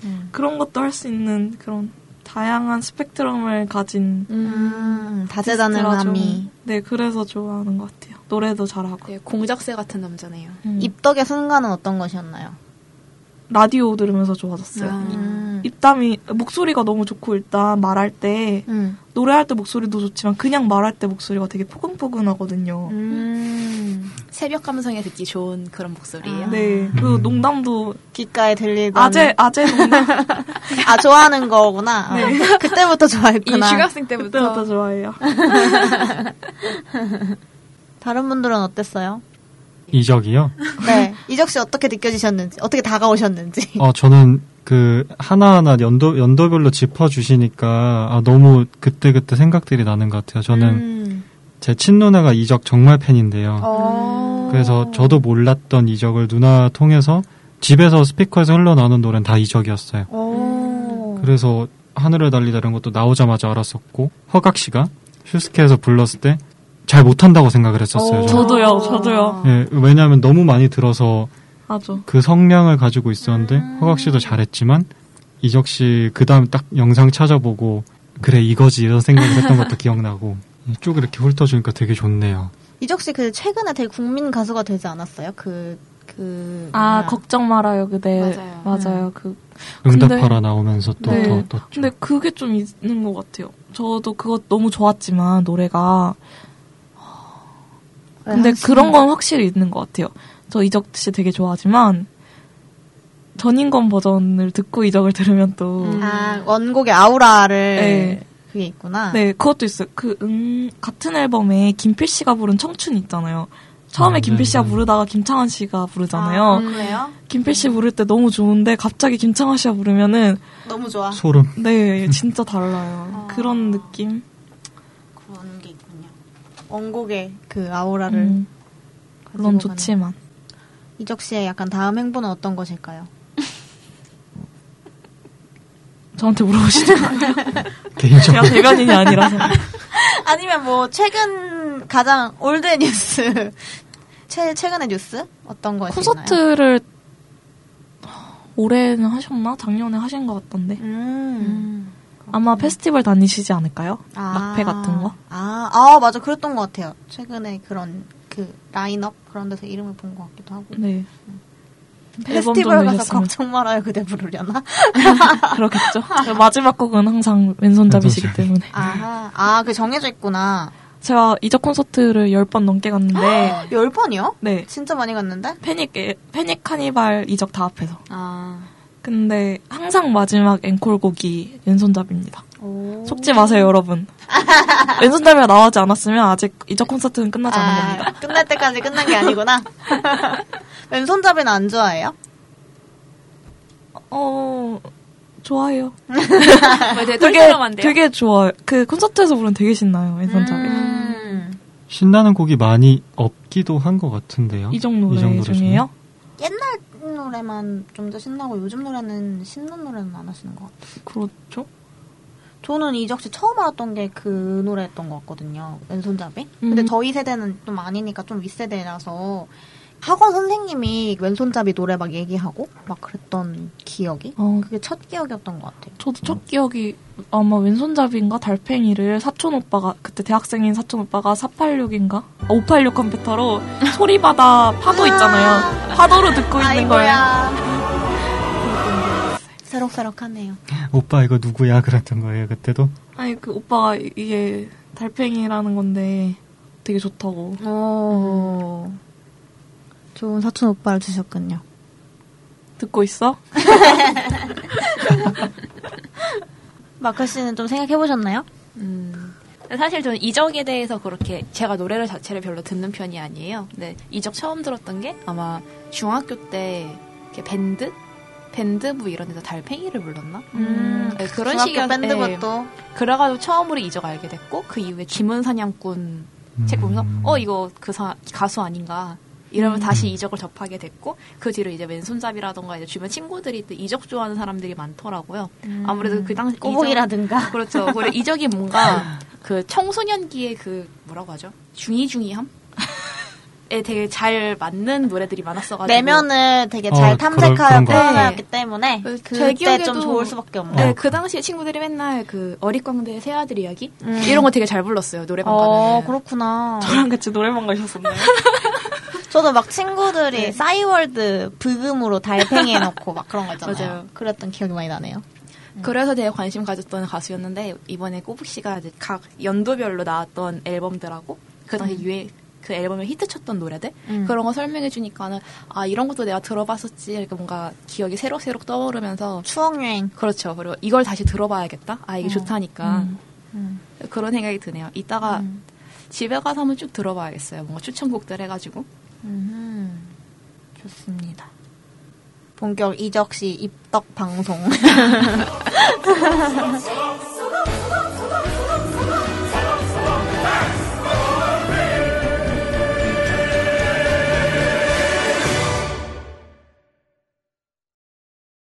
음.
그런 것도 할 수 있는 그런 다양한 스펙트럼을 가진
음,
아티스트라 좀-
다재다능함이.
네 그래서 좋아하는 것 같아요. 노래도 잘하고
네, 공작새 같은 남자네요.
음.
입덕의 순간은 어떤 것이었나요?
라디오 들으면서 좋아졌어요.
음.
입담이 목소리가 너무 좋고 일단 말할 때
음.
노래할 때 목소리도 좋지만 그냥 말할 때 목소리가 되게 포근포근하거든요.
음.
새벽 감성에 듣기 좋은 그런 목소리예요.
네, 그 농담도
귓가에 들리던.
아재 아재 농담
아, 좋아하는 거구나.
네.
어. 그때부터
이
좋아했구나.
중학생
그때부터 어.
때부터
좋아해요.
다른 분들은 어땠어요?
이적이요?
네. 이적 씨 어떻게 느껴지셨는지, 어떻게 다가오셨는지.
어, 저는 그 하나하나 연도, 연도별로 짚어주시니까 아, 너무 그때그때 생각들이 나는 것 같아요. 저는
음.
제 친누나가 이적 정말 팬인데요.
어.
그래서 저도 몰랐던 이적을 누나 통해서 집에서 스피커에서 흘러나오는 노래는 다 이적이었어요.
오.
그래서 하늘을 달리다 이런 것도 나오자마자 알았었고 허각 씨가 슈스케에서 불렀을 때 잘 못한다고 생각을 했었어요.
오.
저는.
저도요, 저도요.
예, 왜냐하면 너무 많이 들어서
아죠.
그 성량을 가지고 있었는데
음.
허각 씨도 잘했지만 이적 씨 그다음 딱 영상 찾아보고 그래 이거지 이런 생각을 했던 것도 기억나고 예, 쭉 이렇게 훑어주니까 되게 좋네요.
이적 씨 그 최근에 되게 국민 가수가 되지 않았어요? 그, 그.
아
뭐야.
걱정 말아요 그대
맞아요.
그
응답하라 나오면서 또
네.
더, 또
근데 그게 좀 있는 것 같아요. 저도 그것 너무 좋았지만 노래가 근데
확실히.
그런 건 확실히 있는 것 같아요. 저 이적 씨 되게 좋아하지만 전인권 버전을 듣고 이적을 들으면 또
음.
아, 원곡의 아우라를
그 네.
그게 있구나.
네, 그것도 있어요. 그, 음, 같은 앨범에 김필 씨가 부른 청춘 있잖아요. 처음에
아,
김필
네,
씨가
네.
부르다가 김창완 씨가 부르잖아요. 음.
아,
음, 그래요?
김필 씨 부를 때 너무 좋은데 갑자기 김창완 씨가 부르면은
너무 좋아.
소름.
네, 진짜 달라요.
아.
그런 느낌.
그런 게 있군요.
원곡의 그 아우라를
음,
가지고
물론
가는.
좋지만
이적 씨의 약간 다음 행보는 어떤 것일까요?
저한테 물어보시는 거예요. 제가
개인적으로.
대변인이 아니라서.
아니면 뭐 최근 가장 올드의 뉴스 최 최근의 뉴스 어떤 것이 있나요?
콘서트를 올해는 하셨나? 작년에 하신 것 같던데.
음.
아마 페스티벌 다니시지 않을까요?
아.
막패 같은 거?
아, 아, 맞아. 그랬던 것 같아요. 최근에 그런 그 라인업 그런 데서 이름을 본 것 같기도 하고.
네. 앨범 네. 좀
음. 페스티벌 가서
내셨으면.
걱정 말아요 그대 부르려나?
그렇겠죠. 마지막 곡은 항상 왼손잡이시기
왼손잡이.
때문에.
아하. 아, 그 정해져 있구나.
제가 이적 콘서트를 10번 넘게 갔는데,
열 번이요?
네.
진짜 많이 갔는데?
패닉, 에- 패닉 카니발 이적 다 앞에서.
아,
근데 항상 마지막 앵콜 곡이 왼손잡이입니다.
오.
속지 마세요, 여러분. 왼손잡이가 나오지 않았으면 아직 이적 콘서트는 끝나지 않은 겁니다.
아, 끝날 때까지 끝난 게 아니구나. 왼손잡이는 안 좋아해요?
어, 좋아요.
왜 네, 되게
되게,
똘똘한데요?
되게 좋아요. 그 콘서트에서 부르면 되게 신나요, 왼손잡이.
음.
신나는 곡이 많이 없기도 한 것 같은데요.
이적 노래, 중에요?
옛날 노래만 좀 더 신나고 요즘 노래는 신난 노래는 안 하시는 것 같아요.
그렇죠.
저는 이적 씨 처음 알았던 게 그 노래였던 것 같거든요. 왼손잡이. 근데
음.
저희 세대는 좀 아니니까 좀 윗세대라서 학원 선생님이 왼손잡이 노래 막 얘기하고 막 그랬던 기억이
어,
그게 첫 기억이었던 것 같아요.
저도 첫 기억이 아마 왼손잡이인가 달팽이를 사촌 오빠가 그때 대학생인 사촌 오빠가 486인가 586 컴퓨터로 소리바다 파도 있잖아요 파도로 듣고 있는 거예요.
새록새록하네요.
오빠 이거 누구야? 그랬던 거예요. 그때도.
아니 그 오빠가 이- 이게 달팽이라는 건데 되게 좋다고.
오. 어. 좋은 사촌 오빠를 주셨군요.
듣고 있어?
마크 씨는 좀 생각해 보셨나요?
음. 근데 사실 저는 이적에 대해서 그렇게 제가 노래를 자체를 별로 듣는 편이 아니에요. 근데 이적 처음 들었던 게 아마 중학교 때 이렇게 밴드? 밴드부 이런 데서 달팽이를 불렀나?
음,
네, 그런
중학교
식이었- 네.
밴드부 또
그래가지고 처음으로 이적 알게 됐고 그 이후에 김은 사냥꾼 책 보면서
음.
어 이거 그 사- 가수 아닌가 이러면 서 다시 이적을 접하게 됐고 그 뒤로 이제 왼손잡이라던가 이제 주변 친구들이 또 이적 좋아하는 사람들이 많더라고요. 아무래도 그 당시
네. 음. 꼬북이라든가.
이적- 그렇죠. 그리고 이적이 뭔가 그 청소년기의 그 뭐라고 하죠? 중이중이함? 에 되게 잘 맞는 노래들이 많았어가지고
내면을 되게 잘
어,
탐색하여
그럴- 그런 거.
표현하였기
아, 뭐. 네.
때문에
그- 제
그때 좀
기억에도-
좋을 수밖에 없는
네,
어.
그 당시에 친구들이 맨날 그 어릿광대 새 아들 이야기
음.
이런 거 되게 잘 불렀어요 노래방
어,
네.
가면.
그렇구나.
저랑 같이 노래방 가셨었나요?
저도 막 친구들이
네.
싸이월드 브금으로 달팽이 해놓고 막 그런 거 있잖아요.
맞아요.
그랬던 기억이 많이 나네요.
음. 그래서 되게 관심 가졌던 가수였는데 이번에 꼬북 씨가 이제 각 연도별로 나왔던 앨범들하고 그 당시 유행 그 앨범을 히트쳤던 노래들
음.
그런 거 설명해 주니까는 아 이런 것도 내가 들어봤었지 이렇게 뭔가 기억이 새록새록 떠오르면서
추억여행.
그렇죠 그리고 이걸 다시 들어봐야겠다 아 이게
어.
좋다니까
음.
음.
그런 생각이 드네요 이따가
음.
집에 가서 한번 쭉 들어봐야겠어요 뭔가 추천곡들 해가지고
음. 좋습니다. 본격 이적 씨 입덕 방송.